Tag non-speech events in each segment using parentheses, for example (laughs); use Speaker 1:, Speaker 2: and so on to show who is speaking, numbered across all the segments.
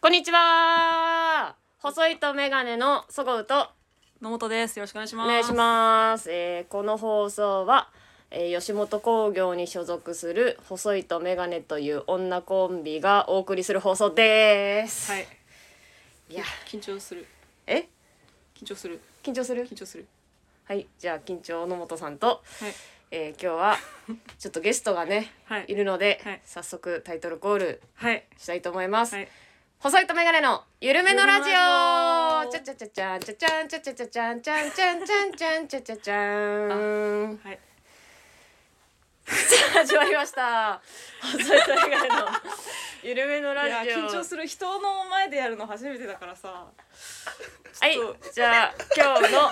Speaker 1: こんにちは細いとメガネのそごうと
Speaker 2: 野本です。よろしくお願いし
Speaker 1: お
Speaker 2: ます。
Speaker 1: 願いします、えーこの放送は、えー吉本興業に所属する細いとメガネという女コンビがお送りする放送です、
Speaker 2: はい。
Speaker 1: いや
Speaker 2: 緊張する。
Speaker 1: え
Speaker 2: 緊張する。
Speaker 1: 緊張する
Speaker 2: 緊張する。
Speaker 1: はいじゃあ緊張野本さんと、
Speaker 2: はい。
Speaker 1: えー今日
Speaker 2: (laughs)
Speaker 1: はちょっとゲストがね
Speaker 2: はいい。
Speaker 1: るので、
Speaker 2: はい
Speaker 1: 早速タイトルコール
Speaker 2: はい。
Speaker 1: したいと思います、
Speaker 2: はい。
Speaker 1: 細いとメガネのゆるめのラジオ。ちゃ
Speaker 2: ゆ
Speaker 1: ちゃちゃちゃんちゃちゃんちゃちゃちゃちゃんちゃんちゃんちゃんちゃんちゃちゃちゃん。
Speaker 2: はい。
Speaker 1: 始まりました。細いとメガネのゆるめの
Speaker 2: いや
Speaker 1: ラジオ。
Speaker 2: 緊張する人の前でやるの初めてだからさ
Speaker 1: はい
Speaker 2: ちょっ、
Speaker 1: じゃあ今日の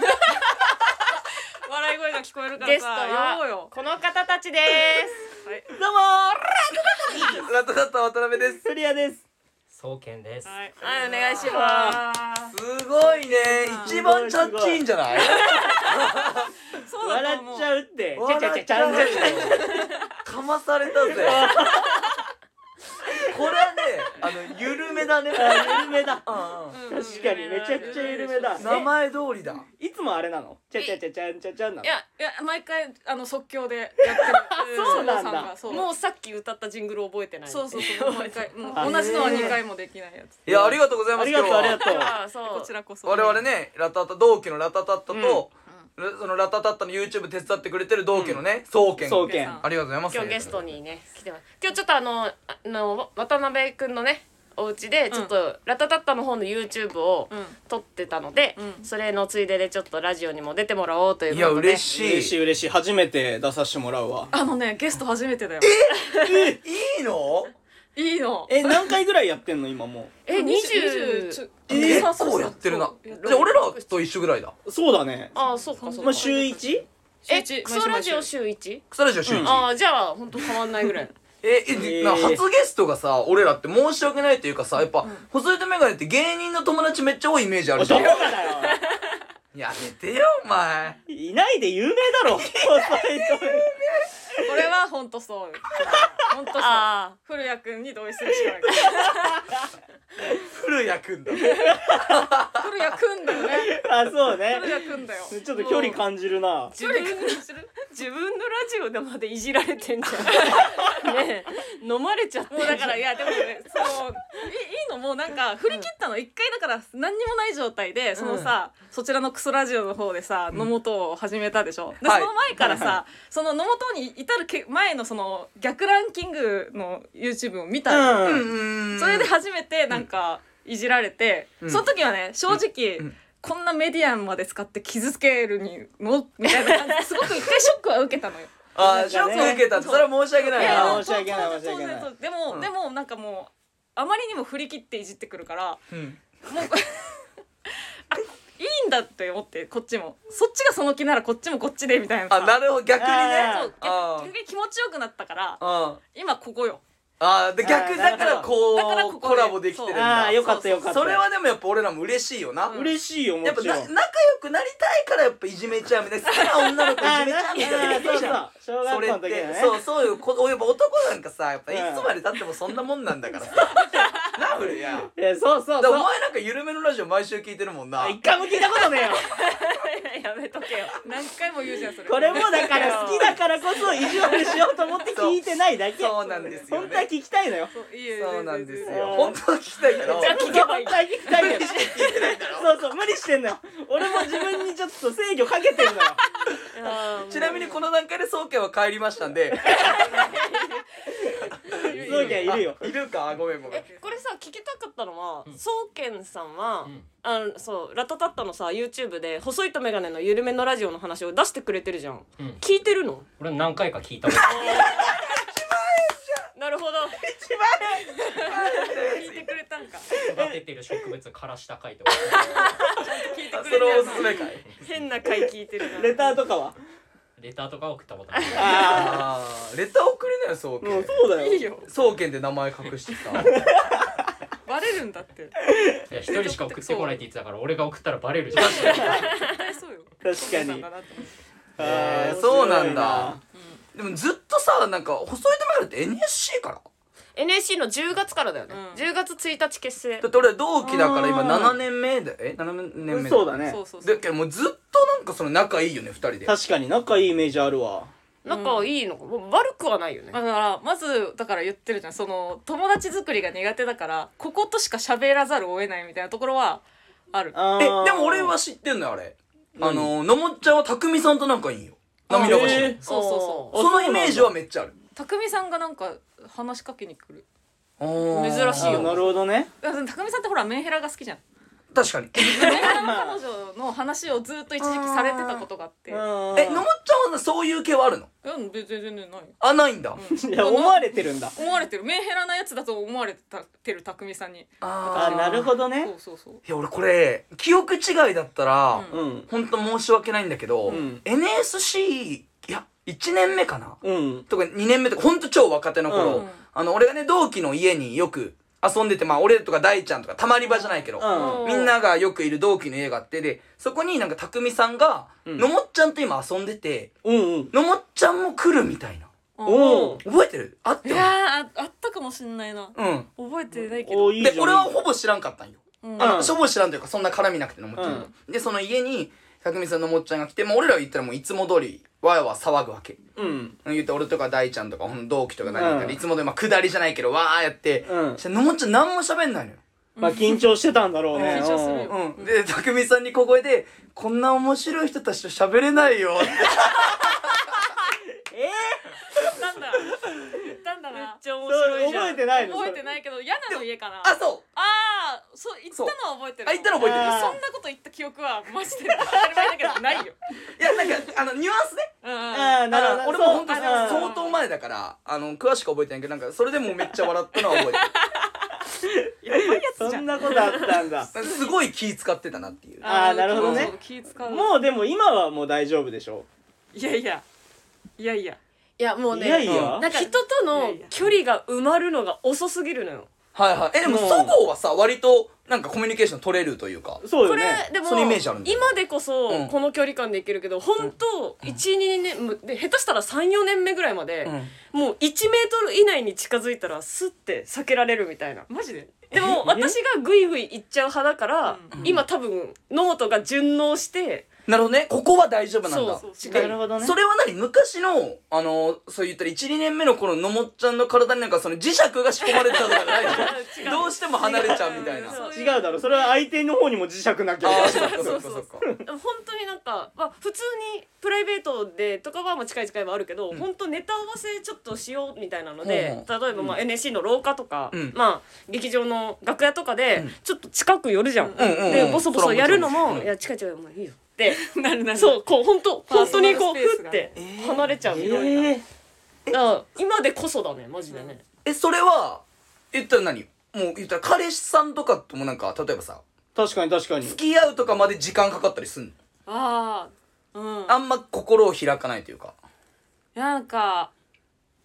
Speaker 2: 笑い声が聞こえるか
Speaker 1: ゲ
Speaker 2: ら
Speaker 1: スト
Speaker 2: さやろう
Speaker 1: は
Speaker 2: よ
Speaker 1: この方たちで
Speaker 2: はい
Speaker 3: どうもラットラット渡辺です。セリアです。
Speaker 4: 総研です。
Speaker 2: はい
Speaker 1: す。はい、お願いしま
Speaker 2: あ
Speaker 3: すごいね。一番チャッチいんじゃない？
Speaker 2: ーそうだと思う
Speaker 4: うって
Speaker 1: ちゃちゃちゃちゃん
Speaker 3: 笑っちゃうかまされたぜ。これはね、あの緩めだね。
Speaker 4: 緩めだ
Speaker 3: うんうん
Speaker 2: うん
Speaker 4: 確かにめちゃくちゃ緩めだ
Speaker 3: 名前通りだ。
Speaker 4: いつもあれなのちゃちゃちゃちゃんちゃちゃんなの
Speaker 1: す。いや、
Speaker 2: いや毎回あの即興でやってる
Speaker 4: そうなんだ
Speaker 2: さがそう
Speaker 1: もうさっき歌ったジングル覚えてない。
Speaker 2: そうそうそう毎回も
Speaker 4: あ
Speaker 2: う同じのは二回もできないやつ
Speaker 3: いやありがとうございま
Speaker 4: あ
Speaker 3: す。
Speaker 4: りがとう
Speaker 3: 今
Speaker 4: あ
Speaker 3: 日
Speaker 4: り
Speaker 3: は
Speaker 4: がとう
Speaker 1: ああ、そう。
Speaker 2: こちらこそ
Speaker 3: 我々ね、ラタタ同期のラタタッタと、そのラタタッタの YouTube 手伝ってくれてる同期のね、総研。
Speaker 4: 総
Speaker 2: う
Speaker 4: 研
Speaker 3: ありがとうございます。
Speaker 1: 今日ゲストにね来てます今日ちょっとあのあの渡辺くんのねお家でちょっと、ラタタッタの方の YouTube を
Speaker 2: うん
Speaker 1: 撮ってたので、
Speaker 2: うん
Speaker 1: それのついででちょっとラジオにも出てもらおうという
Speaker 3: い
Speaker 1: こ
Speaker 3: や
Speaker 1: とで
Speaker 3: 嬉しい。
Speaker 5: 嬉しい嬉しい初めて出させてもらうわ
Speaker 2: あのねゲスト初めてだよ
Speaker 3: いいの？
Speaker 2: いいの
Speaker 5: え何回ぐらいやってんの今も
Speaker 1: え二20
Speaker 3: えー、結構やってるな。じゃあ俺らと一緒ぐらいだ。
Speaker 5: うそうだね
Speaker 1: ああそうかそう
Speaker 5: ま
Speaker 1: か
Speaker 5: あ週 1?
Speaker 1: えクソラジオ週 1?
Speaker 3: 草ラジオ週一
Speaker 1: ああじゃあ本当変わんないぐらい
Speaker 3: ええ、
Speaker 5: えー
Speaker 3: な初ゲストがさ俺らって申し訳ないというかさやっぱ、細いとメガネって芸人の友達めっちゃ多いイメージあるじゃんや
Speaker 5: だよ
Speaker 3: めてよお前
Speaker 5: いないで有名だ
Speaker 2: (laughs)
Speaker 5: ろ (laughs)
Speaker 2: これは本当そう。本当そう。
Speaker 1: ああ
Speaker 2: 古谷くんに同意するしかない。
Speaker 3: 古谷くんだ
Speaker 2: 古谷くんだよね。
Speaker 5: あそうね
Speaker 2: 古谷くんだよ。
Speaker 5: ちょっと距離感じるな
Speaker 2: 距離感じる。
Speaker 1: 自分のラジオでまでいじられてんじゃん (laughs) ねえ飲まれちゃって
Speaker 2: もうだからいやでもね、そういいいのもうなんか振り切ったの一回だから何にもない状態でそのさ、そちらのクソラジオの方でさ野本を始めたでしょ。で
Speaker 3: は
Speaker 2: そ
Speaker 3: い
Speaker 2: の前からさその野本に至るけ前のその逆ランキングの YouTube を見たの。
Speaker 3: う
Speaker 5: (laughs) うん
Speaker 3: ん
Speaker 2: それで初めてなんかいじられて、
Speaker 3: うん
Speaker 2: その時はね正直、
Speaker 3: うんうん
Speaker 2: こんなメディアンまで使って傷つけるにもみたいな感じですごく一回ショックは受けたのよ。
Speaker 3: あーショック受けたってそれは申し訳ないい
Speaker 2: や
Speaker 3: な
Speaker 5: 申し訳ない
Speaker 2: 当然
Speaker 5: 申し訳ない
Speaker 2: 当然でも、
Speaker 3: うん
Speaker 2: でもなんかもうあまりにも振り切っていじってくる (laughs) から
Speaker 3: うん
Speaker 2: いいんだって思ってこっちもそっちがその気ならこっちもこっちでみたいなさ
Speaker 3: あなるほど逆に
Speaker 5: あ
Speaker 3: ね
Speaker 2: そう
Speaker 3: あー
Speaker 2: 逆逆に気持ちよくなったから
Speaker 3: うん
Speaker 2: 今こ
Speaker 5: (laughs)
Speaker 2: こよ
Speaker 3: あーで
Speaker 5: あ
Speaker 3: 逆
Speaker 5: ー
Speaker 3: だからこう
Speaker 2: だからここで
Speaker 3: コラボできてるん
Speaker 5: あ
Speaker 3: だ
Speaker 5: あよかったよかった
Speaker 3: それはでもやっぱ俺らも嬉しいよな、
Speaker 2: うん
Speaker 5: 嬉しいよも
Speaker 3: やっぱ
Speaker 5: ち
Speaker 3: な
Speaker 5: ろん
Speaker 3: 仲良くなりたいからやっぱいじめちゃうみたいな好きな女の子いじめちゃうみたいな
Speaker 5: あーそうそう小
Speaker 3: そ
Speaker 5: 学
Speaker 3: れっ
Speaker 5: 校の時だ
Speaker 3: て
Speaker 5: ね
Speaker 3: そうそういうこやっぱ男なんかさやっぱい
Speaker 5: うん
Speaker 3: つまでたってもそんなもんなんだから
Speaker 5: (laughs)
Speaker 3: さな俺やだか
Speaker 5: いやそうそう
Speaker 3: らお
Speaker 5: そう
Speaker 3: 前なんか緩めのラジオ毎週聞いてるもんな
Speaker 5: あ一回も聞いたことねえよ
Speaker 1: やめとけよ
Speaker 2: 何回も言うじゃんそれ
Speaker 5: これもだから好きだからこそ意地悪しようと思って聞いてないだけ
Speaker 3: そうそうなんですよね
Speaker 5: 本当は聞きたいのよ
Speaker 2: そういいよ
Speaker 3: そうなんです
Speaker 5: う
Speaker 3: よ
Speaker 5: ん
Speaker 3: 本当は聞きたいけど
Speaker 1: じゃあ聞けばいい
Speaker 5: 本当は聞きたいけどそうそう無理してんのよ俺も自分にちょっと制御かけてんのよ
Speaker 3: ちなみにこの段階で宗家は帰りましたんで
Speaker 5: 宗家いるよ
Speaker 3: あいるかごめんごめん
Speaker 1: えこれさ聞きたかったのは
Speaker 4: ん
Speaker 1: 宗健さんは、
Speaker 4: うん
Speaker 1: あのそうラタタッタのさ YouTube で細いとメガネの緩めのラジオの話を出してくれてるじゃん、
Speaker 4: うん
Speaker 1: 聞いてるの
Speaker 4: 俺何回か聞いたこと
Speaker 1: なるほど
Speaker 2: 聞いてくれたんか
Speaker 4: 育ててる植物からした回とか
Speaker 2: 聞いて
Speaker 3: あ
Speaker 2: く
Speaker 3: そ
Speaker 2: れて
Speaker 3: れお
Speaker 2: る
Speaker 3: すすめかい
Speaker 1: 変な回聞いてるな
Speaker 5: レターとかは
Speaker 4: レターとか送ったことない
Speaker 5: あ
Speaker 3: あーレター送れなよ宗
Speaker 5: あもう
Speaker 3: 家
Speaker 5: そうだよ
Speaker 2: いいよ
Speaker 3: 宗家で名前隠してさ
Speaker 2: バレるんだって
Speaker 4: いや一人しか送ってこないって言ってたから俺が送ったらバレるじゃん
Speaker 2: 絶対そうよ
Speaker 5: 確か
Speaker 2: そう
Speaker 5: に
Speaker 2: なんだなと思って
Speaker 3: え
Speaker 5: あ
Speaker 3: ー
Speaker 5: ー
Speaker 3: そうなんだ
Speaker 5: 面
Speaker 3: でもずっとさなんか細いとメガネって NSC から
Speaker 1: NSC の10月からだよね、
Speaker 2: うん
Speaker 1: 10月1日結成
Speaker 3: だって俺同期だから今
Speaker 5: うん
Speaker 3: 7年目だよえ7年目
Speaker 5: そうだね
Speaker 2: そうそうそ
Speaker 3: だ
Speaker 2: う
Speaker 3: けどもうずっとなんかその仲いいよね2人で
Speaker 5: 確かに仲いいイメージあるわ
Speaker 1: 仲いいのか、悪くはないよね
Speaker 2: だからまずだから言ってるじゃんその友達作りが苦手だからこことしか喋らざるを得ないみたいなところはある
Speaker 5: あ
Speaker 3: え
Speaker 5: ー
Speaker 3: でも俺は知ってんのよあれあ
Speaker 5: 何
Speaker 3: ののもっちゃんは匠さんと仲いいんよ涙がし
Speaker 5: え
Speaker 3: る
Speaker 5: ー
Speaker 2: そうそうそ
Speaker 3: そ
Speaker 5: あ
Speaker 3: のイメージは
Speaker 5: そう
Speaker 3: めっちゃある
Speaker 2: 匠さんがなんか話しかけに来る
Speaker 3: 珍
Speaker 1: 珍しいよ
Speaker 5: あーなるほどね
Speaker 2: だから匠さんってほらメンヘラが好きじゃ
Speaker 5: (laughs)
Speaker 2: ん
Speaker 3: 確かに
Speaker 2: メンヘラの彼女の話をずっと一時期されてたことがあって
Speaker 3: え
Speaker 5: え
Speaker 3: のもっちゃんはそういう系はあるの
Speaker 2: うん全然全然ないよ
Speaker 3: あないんだ、
Speaker 5: (laughs) いや思われてるんだ
Speaker 2: 思われてるメンヘラなやつだと思われてたてる匠さんに
Speaker 5: あ
Speaker 3: あ
Speaker 5: ー
Speaker 3: ー
Speaker 5: なるほど
Speaker 2: そ
Speaker 5: ね
Speaker 2: うそうそう
Speaker 3: いや俺これ記憶違いだったら、
Speaker 2: うん
Speaker 5: うん
Speaker 3: ほんと申し訳ないんだけど、
Speaker 5: うん
Speaker 3: NSC いや1年目かな
Speaker 5: うん
Speaker 3: とか2年目とかほんと超若手の頃、
Speaker 5: うん
Speaker 3: あの俺がね同期の家によく遊んでてまあ俺とか大ちゃんとかたまり場じゃないけど、
Speaker 5: うん
Speaker 3: みんながよくいる同期の家があってでそこになんか匠さんが、
Speaker 5: うん
Speaker 3: のもっちゃんと今遊んでて
Speaker 5: うんうん
Speaker 3: のもっちゃんも来るみたいな
Speaker 5: おう
Speaker 3: 覚えてるあっ
Speaker 2: い
Speaker 3: ても
Speaker 2: やーああったかもしんないな
Speaker 3: うん
Speaker 2: 覚えてないけど
Speaker 5: おいいじゃ
Speaker 3: で
Speaker 5: ん
Speaker 3: 俺はほぼ知らんかったんよ、
Speaker 2: うん
Speaker 5: あ
Speaker 3: あのしょぼ知らんというかそんな絡みなくてのもっちゃんと、でその家に匠さんのもっちゃんが来てもう俺ら言ったらもういつも通りわやわ騒ぐわけ
Speaker 5: うん
Speaker 3: 言って俺とか大ちゃんとかほんと同期とか何人か
Speaker 5: うん
Speaker 3: でいつもでまあ下りじゃないけどわーやって、
Speaker 5: うん
Speaker 3: そしたらのもっちゃん何も喋んないのよ
Speaker 5: まあ緊張してたんだろうね
Speaker 2: 緊張するよ
Speaker 3: うん、で匠さんに小声で「こんな面白い人たちと喋れないよ」って
Speaker 2: なんだ言ったんだな
Speaker 1: ちゃ面
Speaker 5: 白いじゃん覚えてないの
Speaker 2: 覚えてないけど嫌なの家かな
Speaker 3: (laughs) あそう
Speaker 2: あーそう言ったのは覚えてる
Speaker 3: あ言ったの覚えて
Speaker 5: あ
Speaker 3: る
Speaker 5: ー
Speaker 2: そんなこと言った記憶はマジで当たり前だけどないよ
Speaker 3: いやなんかあのニュアンスね
Speaker 2: うんうん
Speaker 5: ああなるほ
Speaker 3: あ
Speaker 5: ど
Speaker 3: の俺
Speaker 5: ね
Speaker 3: も本当
Speaker 5: そうあ
Speaker 3: 相当前だからあの詳しくは覚えてないけどなんかそれでもめっちゃ笑ったのは (laughs) 覚え
Speaker 2: やばいやつじ
Speaker 5: そ
Speaker 2: ゃん
Speaker 5: んなことあったんだ
Speaker 3: てるすごい気使ってたなっていう
Speaker 5: あーなるほどね
Speaker 2: そう気使う
Speaker 5: もうでも今はもう大丈夫でしょ
Speaker 2: いやいやいやいや
Speaker 1: いやもうね
Speaker 5: いやいや
Speaker 1: なんか人と
Speaker 2: いや
Speaker 1: の
Speaker 2: いや
Speaker 1: 距離が埋まるのが遅すぎるのよ
Speaker 3: はいはいえでも
Speaker 5: うん
Speaker 3: そごうはさ割となんかコミュニケーション取れるというか
Speaker 5: そう
Speaker 1: こ
Speaker 5: よ
Speaker 1: れ
Speaker 5: ね
Speaker 1: でも
Speaker 3: そのイメージあるんだよ
Speaker 1: 今でこ
Speaker 3: う
Speaker 1: そ
Speaker 3: ん
Speaker 1: この距離感でいけるけど本当12年で下手したら34年目ぐらいまでもう1メートル以内に近づいたらスッて避けられるみたいな
Speaker 2: マジで
Speaker 1: でも私がグイグイいっちゃう派だから
Speaker 2: うん
Speaker 1: 今多分ノートが順応して
Speaker 3: なるほどねここは大丈夫なんだ
Speaker 2: そうそう
Speaker 5: なるほどね
Speaker 3: それは何昔のあのそう言ったら12年目の頃のもっちゃんの体になんかその磁石が仕込まれてたとかじゃないのどうしても離れちゃうみたいな
Speaker 1: そう
Speaker 5: 違うだろそれは相手の方にも磁石なきゃ
Speaker 3: ああそっかそっかそっか
Speaker 1: 本当になんか、まあ、普通にプライベートでとかはまあ近い近いはあるけど、
Speaker 3: ん
Speaker 1: 本当ネタ合わせちょっとしようみたいなの
Speaker 3: ほ
Speaker 1: で、
Speaker 3: う
Speaker 1: 例えばまあ NSC の廊下とか、
Speaker 3: うん
Speaker 1: まあ劇場の楽屋とかで
Speaker 3: うん
Speaker 1: ちょっと近く寄るじゃん。
Speaker 3: うんうんうん
Speaker 1: でボソボソやるのも「
Speaker 3: うん
Speaker 1: いや近い近いもういいよ」って
Speaker 2: なるなる
Speaker 1: そうこう本当
Speaker 2: パー
Speaker 1: 本
Speaker 2: ソ
Speaker 1: 当
Speaker 2: ナル
Speaker 1: にこう
Speaker 2: スペース
Speaker 1: ふっ
Speaker 2: が
Speaker 1: て離れちゃうみたいな、
Speaker 5: え
Speaker 1: だから今でこそだねマジでね。
Speaker 3: えそれは言ったら何もう言ったら彼氏さんとかともなんか例えばさ
Speaker 5: 確かに確かに
Speaker 3: 付き合うとかまで時間かかったりすんの
Speaker 2: ああうん
Speaker 3: あんま心を開かないというか
Speaker 2: なんか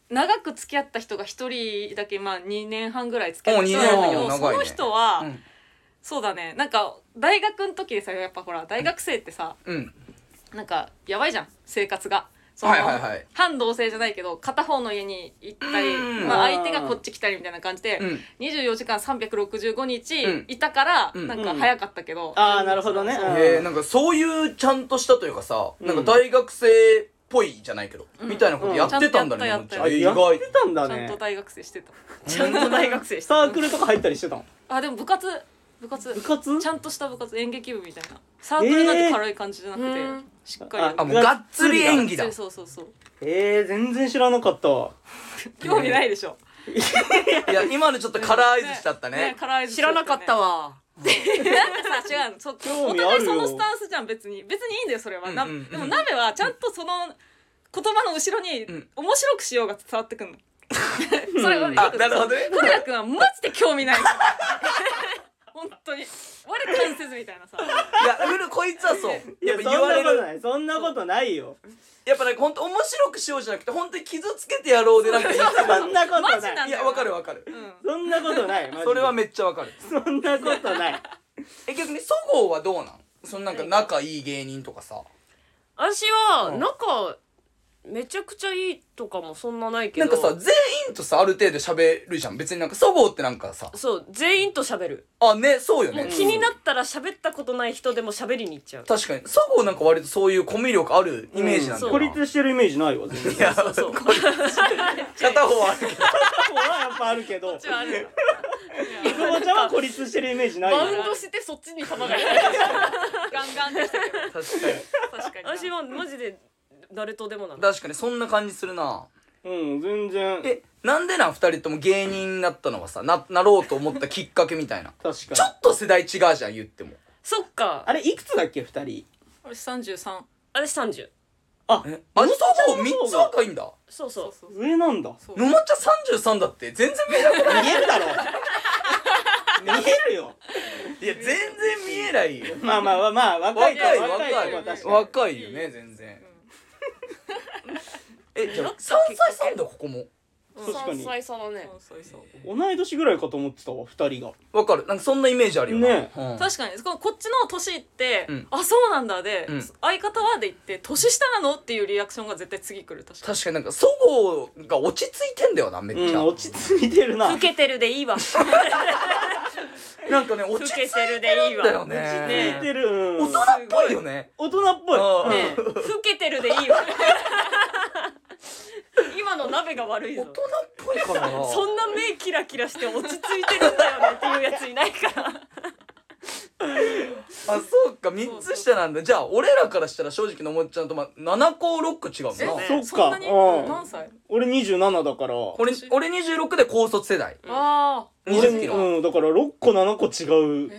Speaker 2: 長く付き合った人が一人だけまあ2年半ぐらい付き合った
Speaker 3: お
Speaker 2: 人
Speaker 3: 二
Speaker 2: な
Speaker 3: 年
Speaker 2: んだ
Speaker 3: 半
Speaker 2: けど、
Speaker 3: 長いね
Speaker 2: その人は、
Speaker 3: うん
Speaker 2: そうだねなんか大学の時でさやっぱほら大学生ってさ
Speaker 3: うん
Speaker 2: なんかやばいじゃん生活が。その
Speaker 3: はいはいはい
Speaker 2: 反同性じゃないけど片方の家に行ったり、
Speaker 3: うん
Speaker 2: まあ、相手がこっち来たりみたいな感じで、
Speaker 3: うん
Speaker 2: 24時間365
Speaker 3: うん
Speaker 2: 日いたから、
Speaker 3: うん
Speaker 2: なんか早かったけど、
Speaker 5: ああなるほどね
Speaker 2: そう
Speaker 5: うん
Speaker 3: へえなんかそういうちゃんとしたというかさ
Speaker 5: うん
Speaker 3: なんか大学生っぽいじゃないけどみたいなことやってたんだ
Speaker 2: うん
Speaker 3: ね
Speaker 2: ちゃ
Speaker 3: も
Speaker 2: ん
Speaker 3: っ
Speaker 2: と
Speaker 3: ち
Speaker 2: やった
Speaker 3: ゃん
Speaker 5: あ
Speaker 3: え意
Speaker 5: やっ
Speaker 3: 外
Speaker 5: てたんだ
Speaker 2: ちゃん
Speaker 5: ね
Speaker 2: と大学生してた
Speaker 1: ちゃんと大学生して
Speaker 5: サークルとか入ったりしてたの
Speaker 2: あでも部活部活
Speaker 5: 部活
Speaker 2: ちゃんとした部活演劇部みたいなサークルなんて軽い感じじゃなくて、
Speaker 1: えー
Speaker 2: しっかりやる
Speaker 3: あもうがっつり演技だ
Speaker 2: そうそうそうそう
Speaker 5: えー、全然知らなかったわ
Speaker 2: 興味ないでしょ
Speaker 3: いや今のちょっとカラー合図しちゃったね
Speaker 2: カラー合図
Speaker 1: 知
Speaker 2: しちゃ
Speaker 1: ら
Speaker 2: ね
Speaker 1: なかったわ。
Speaker 2: なんかさ違うのそ
Speaker 5: 興
Speaker 2: お
Speaker 5: 味あ
Speaker 2: 互
Speaker 5: る
Speaker 2: い
Speaker 5: よ
Speaker 2: そのスタンスじゃん別に別にいいんだよそれは、な
Speaker 3: うんうんうん
Speaker 2: でも鍋はちゃんとその言葉の後ろに
Speaker 3: うん
Speaker 2: 面白くしようが伝わってくんのそれは
Speaker 3: あなるほどね
Speaker 2: 古谷君はマジで興味ない本当に我関せずみたいなさ
Speaker 3: いやうるこいつはそう
Speaker 5: い
Speaker 3: や
Speaker 5: や
Speaker 3: っ
Speaker 5: そ
Speaker 3: ぱ
Speaker 5: ん
Speaker 3: 言わ
Speaker 5: な
Speaker 3: れ
Speaker 5: こと
Speaker 3: る
Speaker 5: ないそんなことないよ
Speaker 3: やっぱなんか本当面白くしようじゃなくて本当に傷つけてやろうでなんかいい
Speaker 5: そんなこと
Speaker 2: マジ
Speaker 5: な
Speaker 2: ないん
Speaker 3: いやわかるわかる
Speaker 2: うん
Speaker 5: そんなことないマジで
Speaker 3: それはめっちゃわかる
Speaker 5: そんなことない
Speaker 3: え逆にそごうはどうなんそのなんか仲いい芸人とかさ
Speaker 1: 私は
Speaker 3: うん
Speaker 1: 仲めちゃくちゃいいとかもそんなないけ
Speaker 3: な
Speaker 1: ど
Speaker 3: んかさ、全員とさ、ある程度喋るじゃん。別になんか、そごうってなんかさ、
Speaker 1: そう全員と喋る
Speaker 3: あ、ね、そうよ
Speaker 1: もう
Speaker 3: ね。
Speaker 1: 気になったら喋ったことない人でも喋りに行っちゃう
Speaker 3: 確かに、そごうなんか割とそういうコミュ力あるイメージなんだ
Speaker 1: う
Speaker 3: よ
Speaker 1: ん
Speaker 3: な。
Speaker 5: 孤立してるイメージないわ全然
Speaker 3: いや、
Speaker 1: そう
Speaker 5: (laughs)
Speaker 1: そう
Speaker 3: 孤立片方はあるけど。
Speaker 5: ここはやっぱあるけ
Speaker 1: (laughs)
Speaker 5: ど
Speaker 2: ちはあるんだ
Speaker 5: 久保ちゃんは孤立してるイメージないよ
Speaker 1: バウンドしてそっちに球が行く
Speaker 2: ガンガンでしたけど
Speaker 3: 確かに。
Speaker 2: 確かにな
Speaker 1: 私はマジで誰とでもなの
Speaker 3: 確かに、そんな感じするな。
Speaker 5: うん全然
Speaker 3: え、なんでなん二人とも芸人になったのはさ、な、なろうと思ったきっかけみたいな。
Speaker 5: 確かに
Speaker 3: (laughs) ちょっと世代違うじゃん、言っても。
Speaker 1: そっか
Speaker 5: あれいくつだっけ二人
Speaker 2: 私三十三
Speaker 1: 私30
Speaker 5: あ
Speaker 3: え、あれ、そごう三つ若いんだ。
Speaker 1: そうそう
Speaker 2: そう
Speaker 5: 上なんだ
Speaker 2: そう
Speaker 3: のもっちゃん33だって、全然見えなくない
Speaker 5: 見えるだ
Speaker 3: (laughs)
Speaker 5: ろ見えるよ
Speaker 3: いや、全然見えないよ。
Speaker 5: まあまあまあまあ若
Speaker 3: (laughs) 若
Speaker 5: い
Speaker 3: い
Speaker 5: とは
Speaker 3: 若い
Speaker 5: 若いとは
Speaker 3: 若
Speaker 5: 確
Speaker 3: い
Speaker 5: かに
Speaker 3: よね全然、 (laughs) えじゃあ3
Speaker 1: ちょっと
Speaker 3: 歳差なんだここも
Speaker 5: 確かに
Speaker 1: 3歳差のね
Speaker 2: そうそうそう
Speaker 5: 同い年ぐらいかと思ってたわ二人が
Speaker 3: わかるなんかそんなイメージあるよな
Speaker 5: ね
Speaker 3: うん
Speaker 2: 確かにここっちの年って、
Speaker 3: うん
Speaker 2: あそうなんだで、
Speaker 3: うん
Speaker 2: 相方はで言って年下なのっていうリアクションが絶対次来る確かに
Speaker 3: 確かになんかそごうが落ち着いてんだよなめっ
Speaker 5: う
Speaker 3: ちゃ、
Speaker 5: ん落ち着いてるな
Speaker 1: 老けてるでいいわ
Speaker 3: なんかね
Speaker 1: 老
Speaker 3: 落ち着い
Speaker 1: け
Speaker 3: て
Speaker 1: てるでいい
Speaker 3: んだ
Speaker 1: わ
Speaker 3: よ
Speaker 1: ね
Speaker 3: ね
Speaker 5: 落ち着いてる、う
Speaker 3: 大
Speaker 5: ん
Speaker 3: 人っぽいよね
Speaker 5: 大人っぽい
Speaker 3: うん
Speaker 1: え老けてるでいいわ (laughs) 今の鍋が悪い
Speaker 3: 大
Speaker 1: ぞ
Speaker 3: 人っぽいからな
Speaker 1: そんな目キラキラして落ち着いてるんだよねっていうやついないから
Speaker 3: あそうか三つ下なんだじゃあ俺らからしたら正直のもっちゃんとま7個6個違うもんな
Speaker 1: え
Speaker 5: そっか
Speaker 2: そんなに、
Speaker 5: うん
Speaker 2: 何歳
Speaker 5: 俺27だから
Speaker 3: 俺俺26で高卒世代
Speaker 2: ああ
Speaker 3: 20キロ
Speaker 5: うん、だから6個7個違う
Speaker 2: え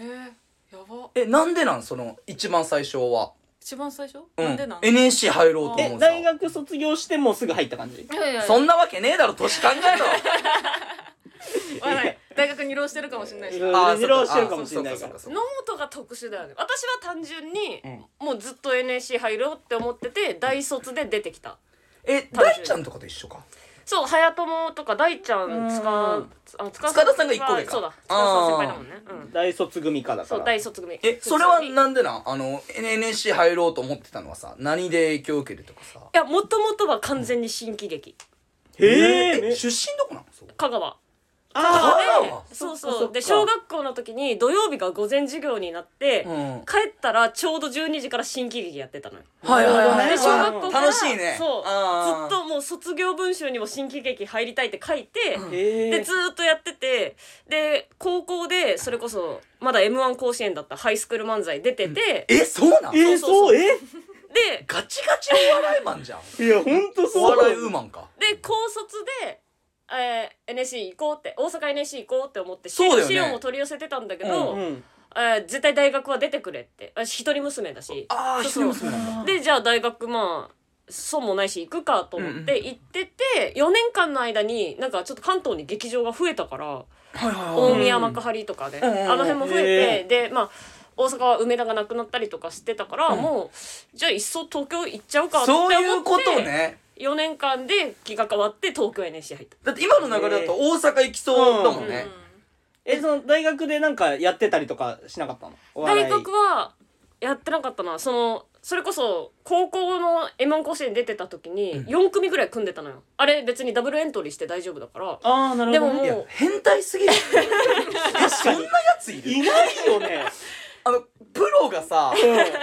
Speaker 2: ー、やば
Speaker 3: えなんでなんその一番最初は、
Speaker 2: 一番最初、
Speaker 3: う
Speaker 2: なんでなん
Speaker 3: NSC 入ろうと思
Speaker 5: え
Speaker 3: うさ
Speaker 5: 大学卒業してもうすぐ入った感じ
Speaker 2: いやいや
Speaker 3: そんなわけねえだろ年考え
Speaker 5: (laughs)
Speaker 3: ろ
Speaker 2: わない大学に浪してるかもしれないし
Speaker 5: いろい
Speaker 2: 野
Speaker 5: ろ
Speaker 3: ー
Speaker 5: 二浪してるかもしれないから
Speaker 3: そっ
Speaker 1: 野本が特殊だよね私は単純に
Speaker 5: ん
Speaker 1: もうずっと NSC 入ろうって思ってて大卒で出てきた
Speaker 3: え
Speaker 1: 単純
Speaker 3: 大ちゃんとかと一緒か
Speaker 1: そう早友とか大ちゃん塚
Speaker 5: うん
Speaker 1: あ塚
Speaker 3: 塚田さんが一個上か
Speaker 1: そうだ塚田さん
Speaker 3: あー
Speaker 1: 先輩だもんねうん
Speaker 5: 大卒組かだか
Speaker 1: そう
Speaker 5: ら
Speaker 1: 大卒組
Speaker 3: えそれは
Speaker 1: な
Speaker 3: なんでなんあの NSC 入ろうと思ってたのはさ何で影響を受けるとかさ
Speaker 1: いやもともとは完全に新喜劇
Speaker 5: へえ
Speaker 3: え出身どこなんそう
Speaker 1: 香川
Speaker 5: あ
Speaker 3: あ
Speaker 1: で
Speaker 3: ー
Speaker 1: そう
Speaker 5: そっかそ
Speaker 1: そ
Speaker 5: っ
Speaker 1: う
Speaker 5: か
Speaker 1: で小学校の時に土曜日が午前授業になって
Speaker 3: うん
Speaker 1: 帰ったらちょうど12時から新喜劇やってたのよ
Speaker 3: はいはいはい
Speaker 5: で小学
Speaker 1: 校から
Speaker 3: 楽しいね
Speaker 1: そうず
Speaker 3: あ
Speaker 1: っ
Speaker 3: ー
Speaker 1: ともう卒業文集にも新喜劇入りたいって書いて、
Speaker 5: ーへ
Speaker 1: で
Speaker 5: え
Speaker 1: ずーっとやっててで高校でそれこそまだ m 1甲子園だったハイスクール漫才出てて、
Speaker 3: えそうなん
Speaker 5: えー、
Speaker 1: そうそうそう
Speaker 5: そうえ
Speaker 1: で
Speaker 3: ガチガチのお笑いマンじゃん
Speaker 5: いやほんと
Speaker 3: お
Speaker 5: そう
Speaker 3: 笑いウーマンか
Speaker 1: で高卒で、えー NSC 行こうって大阪 NSC 行こうって思って
Speaker 3: そうだよね
Speaker 1: 資料も取り寄せてたんだけど、
Speaker 5: うん
Speaker 1: えー絶対大学は出てくれって私一人娘だし
Speaker 3: ああ一人もそうなんだ
Speaker 1: でじゃあ大学まあ損もないし行くかと思って行ってて、4年間の間になんかちょっと関東に劇場が増えたから。
Speaker 3: はいはいはい
Speaker 1: 大宮幕張とかで、
Speaker 3: んうんうん
Speaker 1: あの辺も増えて、でまあ大阪は梅田がなくなったりとかしてたから、もうじゃあいっそ東京行っちゃうかって思っ
Speaker 3: そう
Speaker 1: て
Speaker 3: いうことね
Speaker 1: 4年間で気が変わって東京 NSC 入った
Speaker 3: だって今の流れだと大阪行きそうだもんね
Speaker 5: えその大学でなんかやってたりとかしなかったのお笑い
Speaker 1: 大学はやってなかったなそのそれこそ高校の m 1甲子園出てた時に4組ぐらい組んでたのよ、あれ別にダブルエントリーして大丈夫だから
Speaker 5: ああなる
Speaker 1: で
Speaker 5: ほ
Speaker 1: も
Speaker 5: ど、
Speaker 1: も
Speaker 5: ね、
Speaker 1: う
Speaker 3: いや変態すぎ (laughs) るえそんなやついる
Speaker 5: いないよね
Speaker 3: あのプロがさ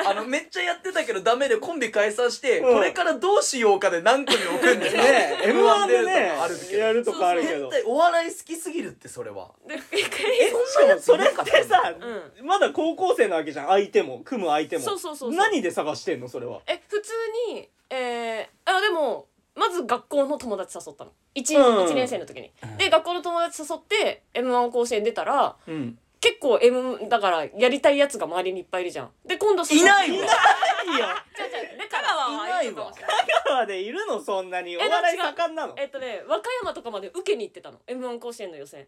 Speaker 3: あのめっちゃやってたけどダメでコンビ解散して、
Speaker 5: う
Speaker 3: こ
Speaker 5: ん
Speaker 3: れからどうしようかで何組置くんで
Speaker 5: (laughs) ね (laughs) m 1でね
Speaker 3: あるけど
Speaker 5: やるとかあるけど
Speaker 3: 絶対お笑い好きすぎるってそれは
Speaker 1: で一回
Speaker 5: え
Speaker 3: そんなやつ
Speaker 5: それってさ、
Speaker 1: う
Speaker 5: まだ高校生なわけじゃん相手も組む相手も
Speaker 1: そうそうそうそう
Speaker 5: 何で探してんのそれは
Speaker 1: え普通にえー、あでもまず学校の友達誘ったの 1,、
Speaker 5: うん
Speaker 1: 一年生の時にで学校の友達誘って m 1甲子園出たら
Speaker 5: うん
Speaker 1: 結構 M だからやりたいやつが周りにいっぱいいるじゃんで今度その
Speaker 3: いないわ
Speaker 5: いいよ
Speaker 1: 違う違うで
Speaker 2: 香川はいい
Speaker 3: ないいわ
Speaker 2: かもしれない
Speaker 5: 香川でいるのそんなにお
Speaker 1: え
Speaker 5: 笑い
Speaker 1: なんか違う
Speaker 5: 盛んなの
Speaker 1: えっとね和歌山とかまで受けに行ってたの m 1甲子園の予選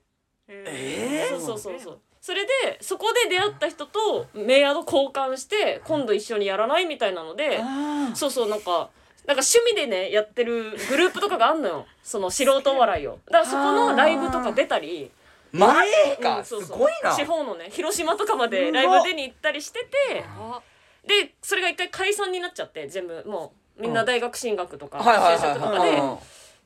Speaker 3: え
Speaker 1: そう
Speaker 3: ー、
Speaker 1: そうそうそうそれでそこで出会った人とメアド交換して今度一緒にやらないみたいなので
Speaker 5: あ
Speaker 1: そうそうなんかなんか趣味でねやってるグループとかがあんのよその素人お笑いをだからそこのライブとか出たり
Speaker 3: マジ
Speaker 1: う
Speaker 3: か
Speaker 1: ん
Speaker 3: す
Speaker 1: そうそう
Speaker 3: ごいな
Speaker 1: 地方のね広島とかまでライブ出に行ったりしてて
Speaker 2: あ
Speaker 1: でそれが一回解散になっちゃって全部もうみんな大学進学とか
Speaker 3: はいはい
Speaker 1: 就
Speaker 3: はい
Speaker 1: 職と
Speaker 3: は
Speaker 1: か
Speaker 3: い
Speaker 1: で
Speaker 3: うんうん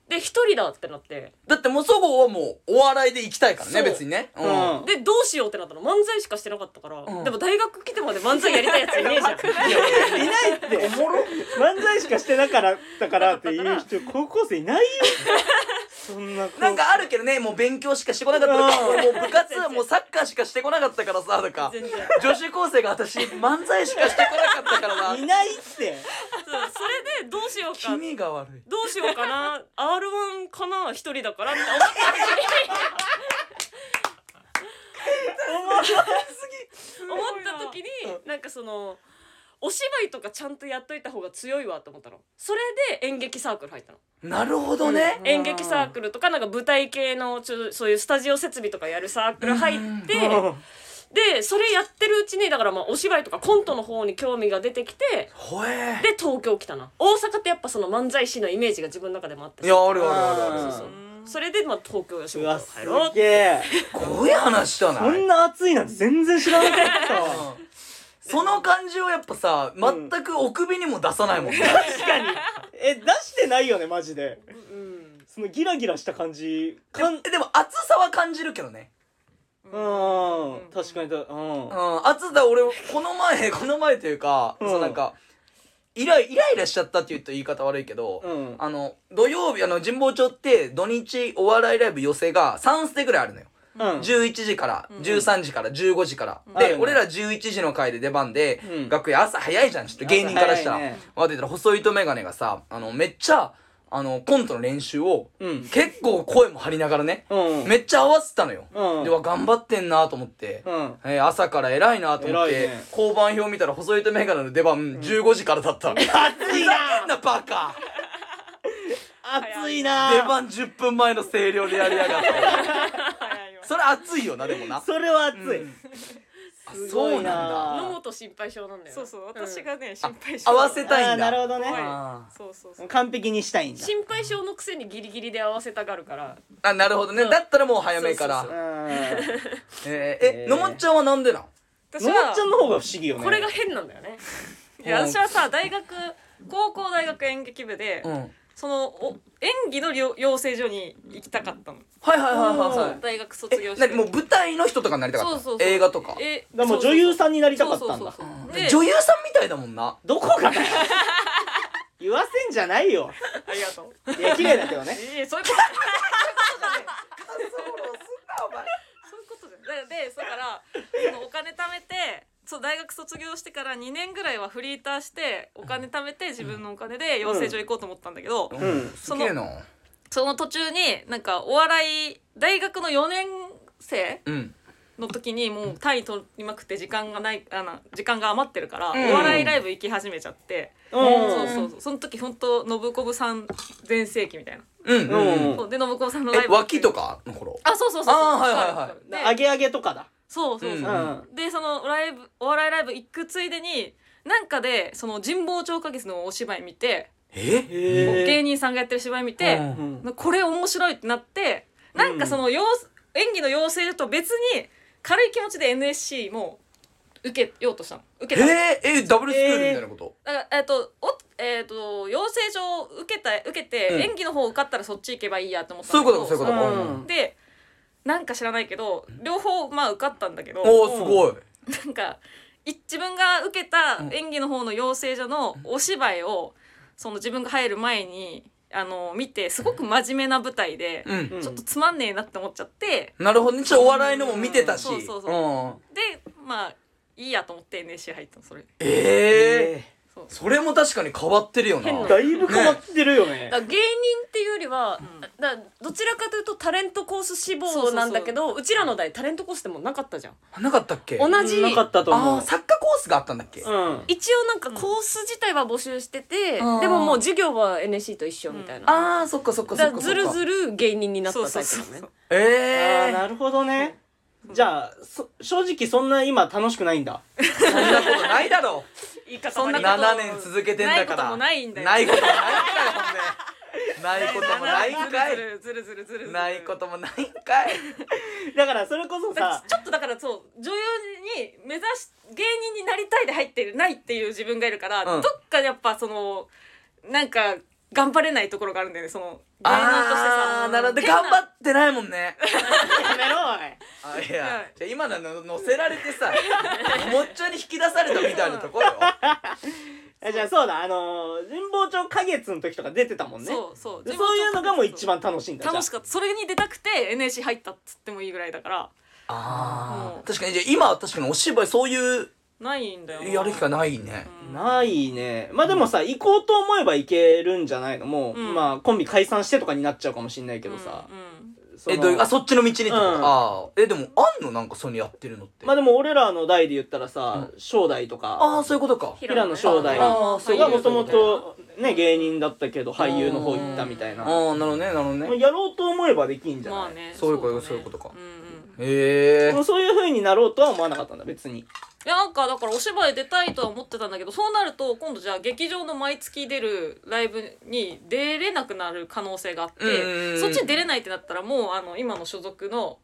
Speaker 1: で一人だってなって
Speaker 3: だってもうそごうはもうお笑いで行きたいから
Speaker 1: そ
Speaker 3: ね
Speaker 1: う
Speaker 3: 別にねうん
Speaker 5: うん
Speaker 1: でどうしようってなったの漫才しかしてなかったから、
Speaker 3: うん
Speaker 1: でも大学来てまで漫才やりたいやつい
Speaker 3: (laughs)
Speaker 1: ねえじゃん
Speaker 5: いないって漫才しかしてなかったからっていう人高校生いないよそんな
Speaker 3: なんかあるけどねもう勉強しかしてこなかったとか
Speaker 5: うん
Speaker 3: 俺もう部活はもうサッカーしかしてこなかったからさとか
Speaker 1: 全然そう
Speaker 3: (laughs) 女子高生が私漫才しかしてこなかったから
Speaker 5: い
Speaker 3: な
Speaker 5: ないって
Speaker 1: それでどうしようか
Speaker 3: (laughs) 君が悪い
Speaker 1: どうしようかな R1 かな一人だからって思って思った時になんかそのお芝居とかちゃんとやっといた方が強いわと思ったのそれで演劇サークル入ったの
Speaker 3: なるほどね
Speaker 1: 演劇サークルとかなんか舞台系のちょそういうスタジオ設備とかやるサークル入って
Speaker 5: うん
Speaker 1: でそれやってるうちにだからまあお芝居とかコントの方に興味が出てきて
Speaker 3: ほえ
Speaker 1: で東京来たな大阪ってやっぱその漫才師のイメージが自分の中でもあった
Speaker 3: い
Speaker 1: し
Speaker 3: やあるあるあるあ
Speaker 5: うん
Speaker 3: る
Speaker 1: そうそうそれでまあ東京吉
Speaker 5: う
Speaker 1: 本
Speaker 5: わ
Speaker 1: 入
Speaker 5: す
Speaker 1: ろう
Speaker 5: げえ
Speaker 3: こういう話だな
Speaker 5: こんな熱いなんて全然知らなかったわ
Speaker 3: うんその感じをやっぱさ
Speaker 5: うん
Speaker 3: 全くお首にも出さない (laughs) もんね
Speaker 5: 確かにえ出してないよねマジで
Speaker 1: うん
Speaker 5: そのギラギラした感じかん
Speaker 3: ででも熱さは感じるけどね
Speaker 5: うん確かにだうん
Speaker 3: うん熱だ俺この前 (laughs) この前というか、
Speaker 5: うん
Speaker 3: そうなんかイライイライラしちゃったって言うと言い方悪いけど、
Speaker 5: うん
Speaker 3: あの土曜日あの神保町って土日お笑いライブ寄せが3ステぐらいあるのよ、
Speaker 5: うん
Speaker 3: 11時から13時から15時から、
Speaker 5: ある
Speaker 3: で
Speaker 5: ね
Speaker 3: 俺ら11時の回で出番で、
Speaker 5: うん
Speaker 3: 楽屋朝早いじゃんちょっと芸人からしたら、
Speaker 5: 朝早いね
Speaker 3: わって言ったら細いと眼鏡がさあのめっちゃあのコントの練習を、
Speaker 5: うん
Speaker 3: 結構声も張りながらね、
Speaker 5: うん
Speaker 3: めっちゃ合わせたのよ、
Speaker 5: うん
Speaker 3: でわ頑張ってんなと思って、
Speaker 5: うん
Speaker 3: えー朝から偉いなと思っ
Speaker 5: 偉
Speaker 3: て、
Speaker 5: いね
Speaker 3: 交番表見たら細いと眼鏡の出番、15時からだった
Speaker 5: (laughs)
Speaker 3: のふざけんなバカ
Speaker 5: 熱いな
Speaker 3: 出番10分前の声量でやりやがって
Speaker 2: 早いわ
Speaker 3: それ熱いよなでもな
Speaker 5: それは熱い、
Speaker 3: うん
Speaker 5: す
Speaker 3: そ
Speaker 5: ご
Speaker 3: う
Speaker 5: い
Speaker 3: なんだ
Speaker 5: な
Speaker 1: 野本心配性なんだよ
Speaker 2: (laughs) そうそう私
Speaker 1: ん
Speaker 2: がね心配性
Speaker 3: 合わせたいんだ
Speaker 5: あーなるほどね
Speaker 3: あ
Speaker 2: そうそうそう
Speaker 5: 完璧にしたいんだ
Speaker 1: 心配性のくせにギリギリで合わせたがるから
Speaker 3: ーあなるほどねだったらもう早めから
Speaker 1: そう
Speaker 5: うん
Speaker 3: えーえ
Speaker 5: えー
Speaker 3: のもっちゃんはなんでなん
Speaker 2: 私
Speaker 5: のも
Speaker 2: は
Speaker 5: っちゃんの方が不思議よね
Speaker 1: これが変なんだよね
Speaker 2: いや私はさ大学高校大学演劇部で、
Speaker 3: うんはい
Speaker 2: そのお演技のりょ養成所に行きたかったの
Speaker 3: はいはいはいはい
Speaker 2: 大学卒業
Speaker 3: え
Speaker 2: し
Speaker 3: な
Speaker 2: て
Speaker 3: にもう舞台の人とかになりたかった
Speaker 2: そうそ
Speaker 3: の
Speaker 2: うそう
Speaker 3: 映画とか
Speaker 2: え
Speaker 5: だからもう女優
Speaker 2: ん
Speaker 5: さんになり
Speaker 2: そ
Speaker 5: た
Speaker 2: う
Speaker 5: かっ
Speaker 2: そう
Speaker 5: たん
Speaker 2: そう
Speaker 5: だ
Speaker 2: そうそう
Speaker 3: 女優
Speaker 2: で
Speaker 3: さんみたいだもんな
Speaker 5: どこがだ
Speaker 2: (laughs)
Speaker 5: よ言わせんじゃないよ
Speaker 2: ありがとう
Speaker 5: いや綺麗だけどね
Speaker 2: いやそういうこと
Speaker 3: お前
Speaker 2: そういうことじゃないででだからそのお金貯めてそう大学卒業してから2年ぐらいはフリーターしてお金貯めて自分のお金で養成所行こうと思ったんだけど、
Speaker 5: うん
Speaker 3: すげえな
Speaker 2: その途中になんかお笑い大学の4年生
Speaker 3: うん
Speaker 2: の時にもう単位取りまくって時間がないあの時間が余ってるから、
Speaker 3: ん
Speaker 2: お笑いライブ行き始めちゃって、
Speaker 5: うん
Speaker 2: (laughs) そうそうそうその時本当信子さん全盛期みたいな、
Speaker 3: うんうんうん
Speaker 5: うん
Speaker 2: そうで信子さんのライ
Speaker 3: え
Speaker 2: ブ
Speaker 3: 脇とかの頃
Speaker 2: あそうそうそうそう
Speaker 3: あーはいはいはい
Speaker 2: で
Speaker 5: あげあげとかだ
Speaker 2: そうそうそう、
Speaker 5: う
Speaker 3: うん
Speaker 5: ん
Speaker 2: でそのライブお笑いライブ行くついでになんかでその神保町花月のお芝居見て、
Speaker 3: え
Speaker 5: へえ
Speaker 2: 芸人さんがやってる芝居見て、
Speaker 3: うん
Speaker 2: これ面白いってなってなんかその、要演技の養成所と別に軽い気持ちで NSC も受けようとしたの受
Speaker 3: え
Speaker 2: けたの
Speaker 3: ーえダブルスクールみたいなこと
Speaker 2: だからえっ、とおえっ、と養成所を受けた受けて、
Speaker 3: うん
Speaker 2: 演技の方受かったらそっち行けばいいやと思った
Speaker 3: そうい
Speaker 2: ん
Speaker 3: う
Speaker 2: だ
Speaker 3: こ
Speaker 2: け
Speaker 3: と
Speaker 2: ど
Speaker 3: かそういうことかうん
Speaker 2: でなんか知らないけど両方まあ受かったんだけど
Speaker 3: おーすごい
Speaker 2: なんかい自分が受けた演技の方の養成所のお芝居をその自分が入る前にあの見てすごく真面目な舞台で、
Speaker 3: うん
Speaker 2: ちょっとつまんねえなって思っちゃって
Speaker 3: なるほどねちょっとお笑いのも見てたし
Speaker 2: そうそうそう
Speaker 3: うん
Speaker 2: でまあいいやと思って NSC 入ったのそれ
Speaker 3: ええ
Speaker 2: そう
Speaker 3: それも確かに変わってるよな
Speaker 1: 変な
Speaker 5: だいぶ変わってるよね
Speaker 1: だから芸人っていうよりは、だからどちらかというとタレントコース志望なんだけどうちらの代タレントコースってもうなかったじゃん
Speaker 3: なかったっけ
Speaker 1: 同じ
Speaker 5: なかったと
Speaker 3: あ
Speaker 5: 思
Speaker 3: あ
Speaker 5: う
Speaker 3: 作家コースがあったんだっけ
Speaker 5: うん
Speaker 1: 一応なんかコース自体は募集してて、
Speaker 3: うん
Speaker 1: でももう授業は NSC と一緒みたいな、
Speaker 3: ああそっかそっかそ
Speaker 1: だ
Speaker 3: っ
Speaker 1: か
Speaker 3: からそ
Speaker 1: ず
Speaker 3: っ
Speaker 1: る
Speaker 3: か
Speaker 1: ずる芸人になったタイプだ
Speaker 2: そう
Speaker 1: ね
Speaker 2: そうそうそう
Speaker 3: え
Speaker 5: あ
Speaker 3: え
Speaker 5: ーなるほどねじゃあそ正直そんな今楽しくないんだ
Speaker 3: そんなことないだろ
Speaker 1: 言い方
Speaker 2: そんなこと
Speaker 3: 7年続けてんだ
Speaker 2: ないこ
Speaker 3: から
Speaker 2: とも
Speaker 3: な
Speaker 2: ないいんだよ
Speaker 3: こともないんかいほんでないこともないん
Speaker 2: (laughs)
Speaker 3: かい
Speaker 2: ずるずるずるずるずるずる
Speaker 3: ないこともないんかい
Speaker 5: だからそれこそ
Speaker 2: だ (laughs) から
Speaker 5: さ
Speaker 2: ちょっとだからそう女優に目指し芸人になりたいで入ってないっていう自分がいるから、
Speaker 3: うん
Speaker 2: どっかやっぱそのなんか頑張れないところがあるんだよねその芸人として
Speaker 3: あ
Speaker 2: さ
Speaker 3: ーなるほどで
Speaker 2: 変な
Speaker 3: 頑張ってないもんね
Speaker 5: やめろおい
Speaker 3: あ
Speaker 2: (laughs) は
Speaker 3: いや
Speaker 2: い
Speaker 3: じゃあ今のの乗せられてさもっちょに引き出されたみたいなところよ
Speaker 5: えじゃあそうだあのー神保町花月の時とか出てたもんね
Speaker 2: そうそう
Speaker 5: でそういうのがもう一番楽しいんだ
Speaker 2: 楽しか
Speaker 5: か
Speaker 2: ったそれに出たくて NSC 入ったっつってもいいぐらいだから
Speaker 3: あ
Speaker 2: う
Speaker 3: あ
Speaker 2: ん
Speaker 3: 確かにじゃあ今は確かにお芝居そういう
Speaker 2: ないんだよ
Speaker 3: やる機会ないね
Speaker 2: うん
Speaker 5: ないねまあでもさ行こうと思えば行けるんじゃないのもう、
Speaker 2: うん
Speaker 5: まあコンビ解散してとかになっちゃうかもしんないけどさ、
Speaker 2: うんうん
Speaker 5: その
Speaker 3: えどういうあそっちの道にってこと、
Speaker 5: うん
Speaker 3: ああえでもあんのなんかそういうのやってるのって、
Speaker 5: まあでも俺らの代で言ったらさ、正代と
Speaker 3: あ
Speaker 5: か
Speaker 3: あそういうことか
Speaker 5: 平野正代
Speaker 3: あーそういう
Speaker 5: が
Speaker 3: こ
Speaker 5: も
Speaker 3: と
Speaker 5: ともとね芸人だったけど俳優の方行ったみたい
Speaker 3: あ
Speaker 5: な、
Speaker 3: あ
Speaker 5: ま
Speaker 3: ーなるほどねなるほど
Speaker 5: あ
Speaker 3: ね
Speaker 5: やろうと思えばできんじゃない、
Speaker 2: まあね
Speaker 3: そういうこと
Speaker 2: だ
Speaker 3: そういうことか
Speaker 2: うんうん
Speaker 3: へえ
Speaker 5: でもそういう風になろうとは思わなかったんだ別に
Speaker 2: いやなんかだからお芝居出たいとは思ってたんだけどそうなると今度じゃあ劇場の毎月出るライブに出れなくなる可能性があっ
Speaker 3: うんうんう
Speaker 2: て
Speaker 3: ん
Speaker 2: そっちに出れないってなったらもうあの今の所属の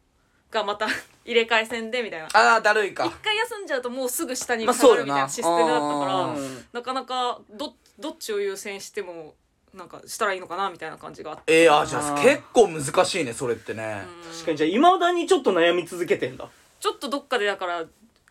Speaker 2: がまた入れ替え戦でみたいな一
Speaker 3: ああだるいか
Speaker 2: 回休んじゃうともうすぐ下に
Speaker 3: まあ
Speaker 2: 変わ
Speaker 3: そ
Speaker 2: る
Speaker 3: うよ
Speaker 2: みたい
Speaker 3: な
Speaker 2: なシステムだったから、
Speaker 3: あー
Speaker 2: なかなかどどっちを優先してもなんかしたらいいのかなみたいな感じがあって。
Speaker 3: えー、あーじゃ
Speaker 5: あ
Speaker 3: あ
Speaker 5: ー
Speaker 3: 結構難しいねそれってね
Speaker 5: 確かにじゃあいまだにちょっと悩み続けてんだ
Speaker 2: ちょっとどっかでだから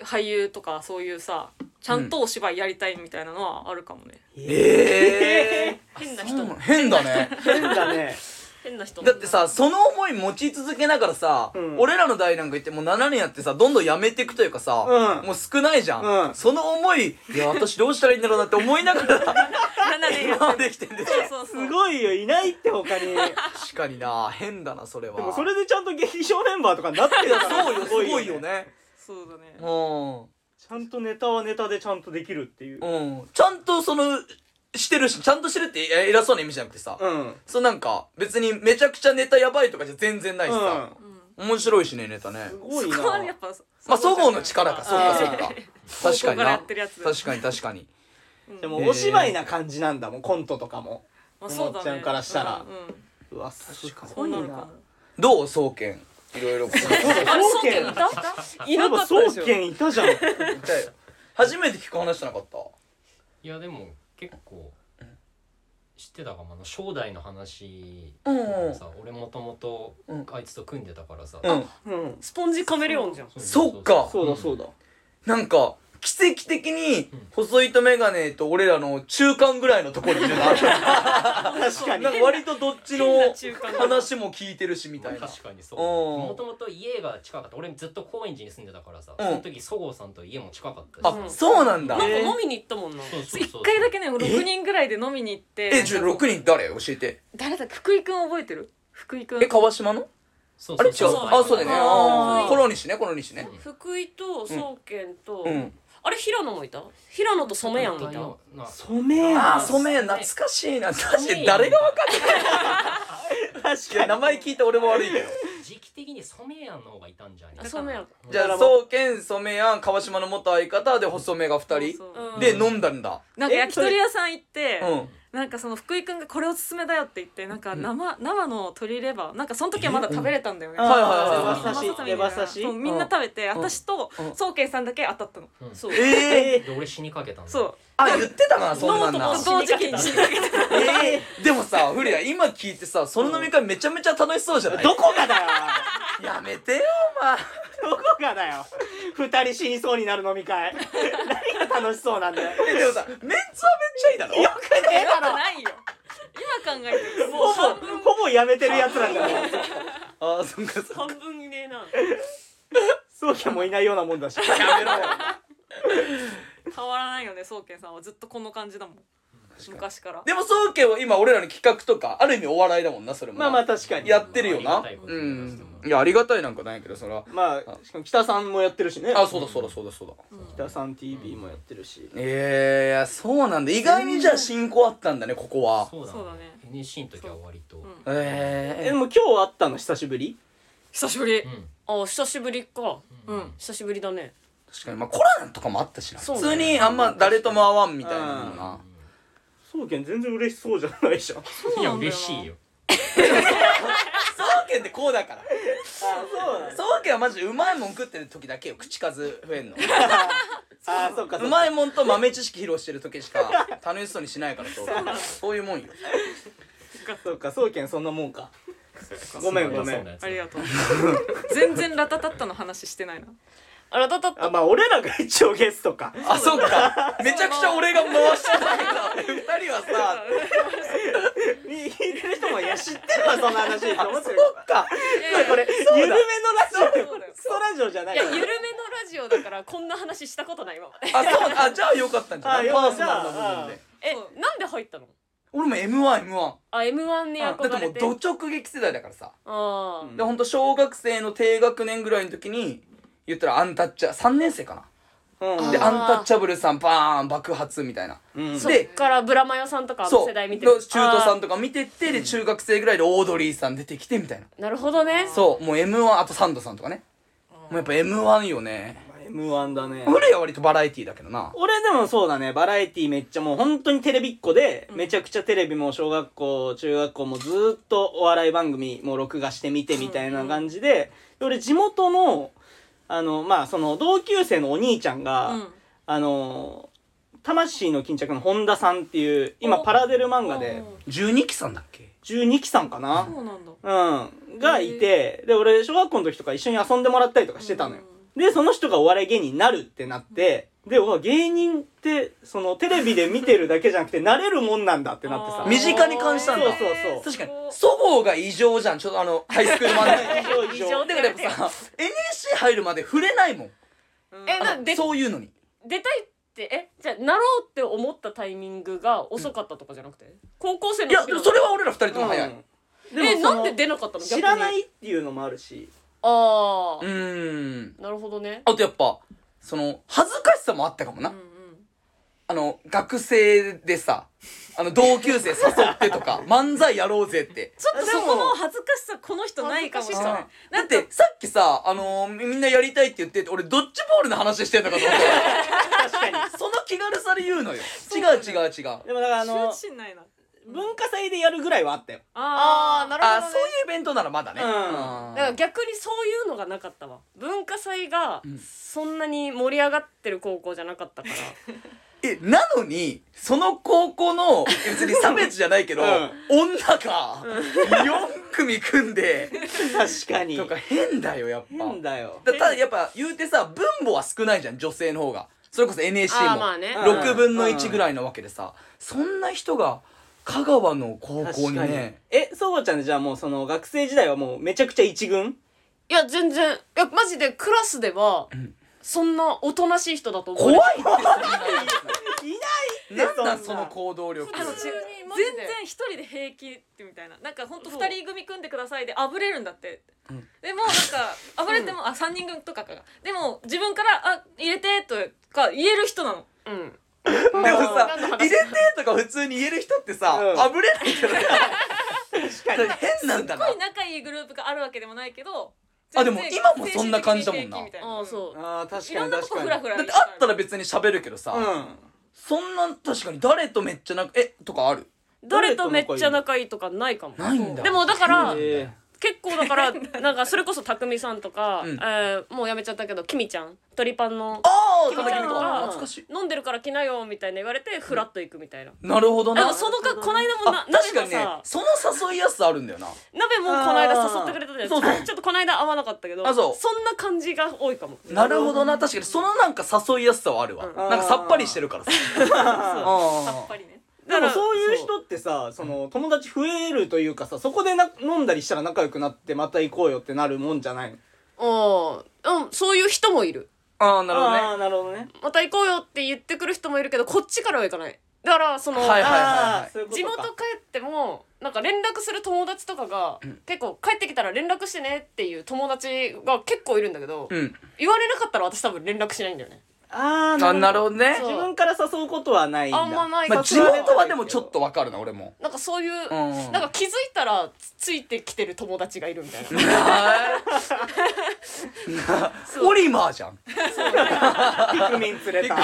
Speaker 2: 俳優とかそういうさちゃんとお芝居やりたいみたいなのはあるかもね、
Speaker 3: ええ
Speaker 5: (laughs)
Speaker 1: 変な
Speaker 3: ー、
Speaker 1: 人
Speaker 3: そうなの変だね
Speaker 5: 変だね
Speaker 1: 変な人
Speaker 3: だってさその思い持ち続けながらさ、
Speaker 5: うん
Speaker 3: 俺らの代なんか言ってもう7年やってさどんどんやめていくというかさ、
Speaker 5: うん
Speaker 3: もう少ないじゃん、
Speaker 5: うん
Speaker 3: その思いいや私どうしたらいいんだろうなって思いながら (laughs)
Speaker 2: 7年や
Speaker 3: 今
Speaker 2: っ
Speaker 3: ま
Speaker 2: て
Speaker 3: で
Speaker 2: る
Speaker 3: 来てんでし
Speaker 2: そう
Speaker 3: ょ
Speaker 2: そう
Speaker 5: す
Speaker 2: そう
Speaker 5: ごいよいないって他にで
Speaker 3: 確かにな変だなそれは
Speaker 5: もそれでちゃんと劇場メンバーとかになってるから
Speaker 3: (laughs) そうよすごいよね
Speaker 2: そうだね
Speaker 3: う、
Speaker 5: ちゃんとネタはネタでちゃんとできるっていうん
Speaker 3: うん、ちゃんとそのしてるしちゃんとしてるってえ偉そうな意味じゃなくてさ、
Speaker 5: うん
Speaker 3: そうなんか別にめちゃくちゃネタやばいとかじゃ全然ないしさ、
Speaker 2: うん
Speaker 3: 面白いしねネタね
Speaker 5: すごいな
Speaker 2: そこはやっぱ
Speaker 3: まあそごうの力かそっかそっか
Speaker 5: あ
Speaker 2: 高
Speaker 3: 確
Speaker 2: 校
Speaker 3: かに
Speaker 2: からや
Speaker 3: な
Speaker 2: ってるやつ
Speaker 3: 確かに確かに
Speaker 5: で
Speaker 3: へ
Speaker 5: も
Speaker 3: ー
Speaker 5: お芝居な感じなんだもんコントとかも
Speaker 2: (laughs) まあそうだね
Speaker 5: おもちゃんからしたら
Speaker 2: うんうん
Speaker 5: うわす
Speaker 3: 確かに
Speaker 5: ごい
Speaker 2: そう
Speaker 5: な
Speaker 2: なるかも
Speaker 3: どう総研いろい (laughs) ろ
Speaker 2: あれ
Speaker 5: 総
Speaker 2: 総
Speaker 5: 研
Speaker 2: 研いたいなかったでし
Speaker 5: そういえば
Speaker 2: ょ
Speaker 5: 総研いたじゃん
Speaker 3: 初めて聞く話じゃなかった
Speaker 4: いやでも結構知ってたかもあの正代の話
Speaker 3: うん
Speaker 4: さ俺もともと
Speaker 3: うん
Speaker 4: あいつと組んでたからさ、
Speaker 3: うん
Speaker 5: うん
Speaker 1: スポンジカメレオンじゃん
Speaker 4: う
Speaker 3: そっか
Speaker 5: そうだそうだ
Speaker 3: なんか奇跡的に細いとメガネと俺らの中間ぐらいのところにいるな
Speaker 5: 確かに
Speaker 3: なんか割とどっちの
Speaker 2: 変な中間
Speaker 3: 話も聞いてるしみたいな
Speaker 4: 確かにそう
Speaker 3: うん
Speaker 4: もともと家が近かった俺ずっと高円寺に住んでたからさ、
Speaker 3: うん
Speaker 4: その時そごうさんと家も近かったし
Speaker 3: あそうなんだ
Speaker 1: なんか
Speaker 5: え
Speaker 1: 飲みに行ったもんな
Speaker 4: そうそうそう
Speaker 2: 一回だけね6人ぐらいで飲みに行って
Speaker 3: えじゃあ6人誰教えて
Speaker 2: 誰だ福井くん覚えてる福井くん
Speaker 3: え川島の
Speaker 4: そう
Speaker 3: あ
Speaker 4: そ
Speaker 3: れ違
Speaker 4: う
Speaker 3: う
Speaker 4: そう
Speaker 3: あそうだよねあ
Speaker 1: あー
Speaker 3: ーこの西ねこの西ね
Speaker 1: 福井と宗健と、
Speaker 3: うん
Speaker 1: あれ平野もいた平野と染谷もいた
Speaker 4: なな
Speaker 5: 染めや
Speaker 3: あ
Speaker 5: ん
Speaker 3: あ染め懐かしいな確かに誰が分か
Speaker 5: 確
Speaker 3: るいや名前聞いて俺も悪いけど
Speaker 4: 時期的に染谷の方がいたんじゃない
Speaker 1: あ染谷
Speaker 3: じゃあ宗健染谷川島の元相方で細めが2人
Speaker 2: そうそう
Speaker 1: うん
Speaker 3: で飲んだんだ
Speaker 2: なんか焼き鳥屋さん行って
Speaker 3: うん
Speaker 2: なんかその福井くんがこれおすすめだよって言ってなんか生生の鶏レバーなんかその時はまだ食べれたんだよね
Speaker 5: うん
Speaker 3: はいはい
Speaker 2: 生ささみ
Speaker 5: レバ刺し
Speaker 2: そうみんな食べて私と
Speaker 3: うん
Speaker 2: 宗慶さんだけ当たったの
Speaker 4: うん
Speaker 1: そう
Speaker 3: ええ
Speaker 4: (laughs) で俺死にかけたんだ
Speaker 2: そう
Speaker 3: あ言ってたなそんな
Speaker 1: 飲
Speaker 3: ん
Speaker 1: も
Speaker 3: な
Speaker 1: うと
Speaker 2: 同時期に死にかけた
Speaker 3: ええ (laughs) でもさフリア今聞いてさその飲み会めちゃめちゃ楽しそうじゃない
Speaker 5: どこがだよ
Speaker 3: やめてよお
Speaker 5: おいどこがだよ二人死にそうになる飲み会何が楽しそうなんだよ
Speaker 3: 前でもさメンツはめっちゃいいだろ
Speaker 5: よくねえだろ
Speaker 2: ないよ今考えても
Speaker 5: ほぼほぼやめてるやつなんだよ
Speaker 3: ああそっかそっか
Speaker 1: 半分いねえな
Speaker 5: そうきゃもういないようなもんだし
Speaker 3: やめろ
Speaker 2: う変わらないよね宗慶さんはずっとこの感じだもん昔から
Speaker 3: でも宗健は今俺らの企画とかある意味お笑いだもんなそれもな
Speaker 5: まあまあ確かに
Speaker 3: やってるよ
Speaker 4: まあ
Speaker 3: な
Speaker 4: ありがたいこ
Speaker 3: う
Speaker 4: とになって
Speaker 3: ん
Speaker 4: ます
Speaker 3: いやありがたいなんかないけどそれは
Speaker 5: まあしかも北さんもやってるしね
Speaker 3: あそうだそうだそうだそうだ
Speaker 5: 北さん TV もやってるし
Speaker 3: ええそうなんだ意外にじゃあ進行あったんだねここは
Speaker 4: そうだ
Speaker 2: そうだね
Speaker 4: NSC の時は割と
Speaker 2: ん
Speaker 5: え
Speaker 3: え
Speaker 5: で
Speaker 3: え
Speaker 5: も今日会ったの久しぶり
Speaker 2: 久しぶり
Speaker 4: うん
Speaker 1: あ久しぶりか
Speaker 2: うん、
Speaker 1: 久しぶりだね
Speaker 3: 確かにまあコロナとかもあったしな
Speaker 1: そう
Speaker 3: 普
Speaker 1: ね
Speaker 3: 通にあんま誰とも会わんみたいなのもな
Speaker 5: そうけん全然嬉しそうじゃないじゃんあ
Speaker 4: (laughs) いや嬉しいよ
Speaker 3: 総研ってこうだから
Speaker 5: そう
Speaker 3: 総研はマジうまいもん食ってる時だけよ口数増えんの
Speaker 5: ああそうかそうう
Speaker 3: まいもんと豆知識披露してる時し (laughs) か楽しそうにしないからそうそういうもんよ
Speaker 5: かそうかそうけんそんなもんかごめんごめん
Speaker 2: ありがとう全然ラタタッタの話してないな
Speaker 1: あらたたっ
Speaker 5: あ
Speaker 1: た
Speaker 5: まあ俺らが一応ゲストか
Speaker 3: あそっかめちゃくちゃ俺が回してたけど2人はさ
Speaker 5: 聞いてる人もいや知ってるわそんな話って思ってる
Speaker 3: そっか
Speaker 5: これ緩めのラジオ
Speaker 2: そうだよ
Speaker 5: クソラジオじゃない
Speaker 1: いや緩めのラジオだからこんな話したことない今まで
Speaker 3: あそうあじゃあよかったんじゃない
Speaker 5: あよ
Speaker 3: パ
Speaker 5: か
Speaker 3: ー
Speaker 5: っ
Speaker 3: ソ
Speaker 5: た
Speaker 3: ナルな部分で
Speaker 1: え
Speaker 2: そう
Speaker 1: なんで入ったの
Speaker 3: 俺も m 1 m 1
Speaker 1: あ M1 に
Speaker 3: だって
Speaker 1: 憧
Speaker 3: も
Speaker 1: れ
Speaker 3: う
Speaker 1: て
Speaker 3: ど直撃世代だからさ
Speaker 1: あ
Speaker 5: う
Speaker 1: ー
Speaker 5: ん
Speaker 3: でほんと小学生の低学年ぐらいの時に言ったらアンタッチャー3年生かな
Speaker 5: うん
Speaker 3: で
Speaker 1: あ
Speaker 3: ア
Speaker 1: ー
Speaker 3: ンタッチャブルさんバーン爆発みたいな
Speaker 5: うん
Speaker 1: そっからブラマヨさんとかあの
Speaker 3: そう
Speaker 1: 世代見て
Speaker 3: の中途さん
Speaker 1: あ
Speaker 3: とか見てってで中学生ぐらいでオードリーさん出てきてみたいな
Speaker 1: ーなるほどね
Speaker 3: そうもう m 1あとサンドさんとかねもうやっぱ m 1よね
Speaker 5: M1 だね
Speaker 3: 俺は割とバラエティーだけどな
Speaker 5: 俺でもそうだねバラエティめっちゃもう本当にテレビっ子で、めちゃくちゃテレビも小学校中学校もずーっとお笑い番組も録画して見てみたいな感じで、俺地元のあのまあその同級生のお兄ちゃんが、
Speaker 2: うん
Speaker 5: あの魂の巾着の本田さんっていう今
Speaker 2: お
Speaker 5: パラデル漫画で
Speaker 3: 12期さんだっけ
Speaker 5: 12期さんかな
Speaker 2: そうなんだ
Speaker 5: うんがいてで俺小学校の時とか一緒に遊んでもらったりとかしてたのよ、でその人がお笑い芸人になるってなって、でうわ芸人ってそのテレビで見てるだけじゃなくてなれるもんなんだってなってさ
Speaker 2: あー
Speaker 3: 身近に感じたんだ
Speaker 5: そうそうそう
Speaker 3: 確かにそごうが異常じゃんちょっとあのハイスクールマ
Speaker 1: (laughs)
Speaker 3: ンだ
Speaker 5: 異常異常
Speaker 3: だからやっぱさ NSC 入るまで触れないもん
Speaker 1: えなで
Speaker 3: そういうのに
Speaker 1: 出たいってえじゃあなろうって思ったタイミングが遅かったとかじゃなくて、高校生の
Speaker 3: いや
Speaker 1: 時なの
Speaker 3: それは俺ら二人とも早い
Speaker 5: うん
Speaker 1: え
Speaker 5: そ
Speaker 1: な
Speaker 5: の
Speaker 1: んで出なかったの逆に
Speaker 5: 知らないっていうのもあるし
Speaker 1: あ
Speaker 3: う
Speaker 1: あ、
Speaker 3: ーん
Speaker 1: なるほどね
Speaker 3: あとやっぱその恥ずかしさもあったかもな、
Speaker 2: うんうん
Speaker 3: あの学生でさあの同級生誘ってと
Speaker 5: (laughs)
Speaker 3: か漫才やろうぜって
Speaker 2: ちょっとそこの恥ずかしさこの人ないかもしれ
Speaker 1: そう
Speaker 2: な
Speaker 1: 恥ず
Speaker 2: い
Speaker 1: か
Speaker 3: だってさっきさ、あのーみみんなやりたいって言ってて俺ドッジボールの話してんのかと思っ
Speaker 5: (laughs) 確かに
Speaker 3: たその気軽さで言うのよ違う違う違う
Speaker 5: でもだからあ
Speaker 2: 羞
Speaker 5: の
Speaker 2: 恥心ないな
Speaker 5: 文化祭でやるぐらいはあったよ
Speaker 1: ああなるほど、
Speaker 3: あ
Speaker 1: ね、
Speaker 3: そういうイベントならまだね、
Speaker 5: う
Speaker 1: だ
Speaker 5: ん
Speaker 1: から逆にそういうのがなかったわ文化祭が
Speaker 3: ん
Speaker 1: そんなに盛り上がってる高校じゃなかった (laughs) から、
Speaker 3: えなのにその高校の別に差別じゃないけど、
Speaker 5: うん
Speaker 3: 女が4組組んで
Speaker 5: (laughs) 確かに
Speaker 3: とか変だよやっぱ
Speaker 5: 変だよ
Speaker 3: だただやっぱ言うてさ分母は少ないじゃん女性の方がそれこそ NSC
Speaker 1: あー
Speaker 3: も、
Speaker 1: まあね
Speaker 3: 6分の
Speaker 5: う
Speaker 3: 1
Speaker 5: ん
Speaker 3: ぐらいなわけでさそんな人が香川の高校にね
Speaker 5: えそうごちゃんじゃあもうその学生時代はもうめちゃくちゃ一軍
Speaker 1: いや全然いやマジでクラスではそんなおとなしい人だと思
Speaker 3: 怖
Speaker 1: う
Speaker 3: いってそん
Speaker 5: い
Speaker 3: ななんなん
Speaker 5: そんな
Speaker 3: その行動力
Speaker 1: あの違うマジで
Speaker 2: 全然一人で平気ってみたいななんかほんと2人組組んでくださいであぶれるんだって、
Speaker 3: うん
Speaker 2: でもなんかあぶれても、あ3人組とかかがでも自分から「あ入れて」とか言える人なの
Speaker 1: うん (laughs)
Speaker 3: でもさ
Speaker 1: 何の
Speaker 3: 入
Speaker 1: 話
Speaker 3: れてとか普通に言える人ってさ、
Speaker 5: うん
Speaker 3: あぶれないけどね
Speaker 5: 確 (laughs) かに
Speaker 3: 変なんだ
Speaker 2: すっ
Speaker 3: な
Speaker 2: ごい仲いいグループがあるわけでもないけど
Speaker 3: あでも今もそんな感じだもんな
Speaker 2: 精神的に平気みたい
Speaker 1: ああそう
Speaker 5: あー確
Speaker 2: いろ
Speaker 5: か
Speaker 2: ん
Speaker 5: に
Speaker 2: なと
Speaker 5: 確
Speaker 2: こ
Speaker 5: か
Speaker 2: フ
Speaker 5: に
Speaker 2: ラフラ
Speaker 3: だってあったら別に喋るけどさ、
Speaker 5: うん
Speaker 3: そんな確かに誰とめっちゃ仲えとかある
Speaker 1: 誰とめっちゃ仲いいとかないかも
Speaker 3: ないんだ
Speaker 1: でもだから
Speaker 5: え
Speaker 1: 結構だからなんかそれこそ匠さんとか、
Speaker 3: うん
Speaker 1: えーもうやめちゃったけどきみちゃん鳥パンの
Speaker 3: ああ
Speaker 1: キム
Speaker 3: 高
Speaker 1: ち
Speaker 3: 木
Speaker 1: ゃ
Speaker 3: 美
Speaker 1: ん
Speaker 3: 子
Speaker 1: が
Speaker 3: 懐かしい
Speaker 1: 飲んでるから来なよみたいな言われてフラッと行くみたいな、
Speaker 3: なるほど
Speaker 1: でも
Speaker 3: な
Speaker 1: そのかこの間もな
Speaker 3: あ確かに
Speaker 1: 鍋
Speaker 3: ね
Speaker 1: もさ
Speaker 3: その誘いやすさあるんだよな
Speaker 1: 鍋もこの間誘ってくれたじゃん
Speaker 3: そうそう
Speaker 1: ちょっとこの間会わなかったけど
Speaker 3: あそうん
Speaker 1: な感じが多いかも
Speaker 3: なるほどな確かにそのなんか誘いやすさはあるわ、
Speaker 1: うん
Speaker 3: なんかさっぱりしてるからさ
Speaker 2: さっぱりね
Speaker 5: でもそういう人ってさその友達増えるというかさそこでな飲んだりしたら仲良くなってまた行こうよってなるもんじゃないの
Speaker 1: うん、うん、そういう人もいる
Speaker 3: ああな
Speaker 5: あーなるほどね
Speaker 1: また行こうよって言ってくる人もいるけどこっちからは行かないだからその、
Speaker 3: はいはい
Speaker 5: あーそういうこと
Speaker 1: 地元
Speaker 5: か
Speaker 1: 帰ってもなんか連絡する友達とかが、結構帰ってきたら連絡してねっていう友達が結構いるんだけど、
Speaker 3: うん
Speaker 1: 言われなかったら私多分連絡しないんだよね
Speaker 5: あー
Speaker 3: あな
Speaker 5: な
Speaker 3: る
Speaker 5: るほ
Speaker 3: ほ
Speaker 5: ど
Speaker 3: どね
Speaker 1: そう
Speaker 5: 自分から誘うことはないんだ
Speaker 1: あんまない
Speaker 3: まあ、地元はでもちょっ
Speaker 5: と
Speaker 3: とわかるな俺も
Speaker 1: なんかそういう、
Speaker 3: うん
Speaker 1: なんか気づいたらつついてきてる友達がいるみたいな
Speaker 3: オリマーじゃん
Speaker 5: (laughs) ピクミン連れた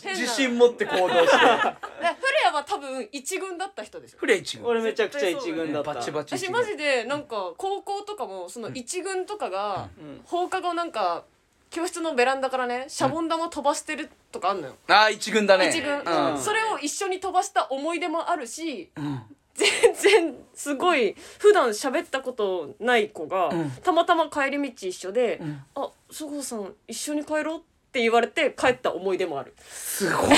Speaker 3: 自信持って行動して
Speaker 1: でフレアは多分一軍だった人でしょ
Speaker 3: フレイチグ
Speaker 5: (laughs) 俺めちゃくちゃ一軍だった
Speaker 3: バチバチ
Speaker 1: 私マジでなんか高校とかもその一軍とかが放課後なんか教室のベランダからねシャボン玉飛ばしてるとかあんのよ、
Speaker 3: ああ一軍だね
Speaker 1: 一軍、
Speaker 3: うん
Speaker 1: それを一緒に飛ばした思い出もあるし、
Speaker 3: ん
Speaker 1: 全然すごい普段喋ったことない子が、
Speaker 3: ん
Speaker 1: たまたま帰り道一緒で「
Speaker 3: ん
Speaker 1: あそごうさん一緒に帰ろう」って言われて帰った思い出もある
Speaker 3: すごいね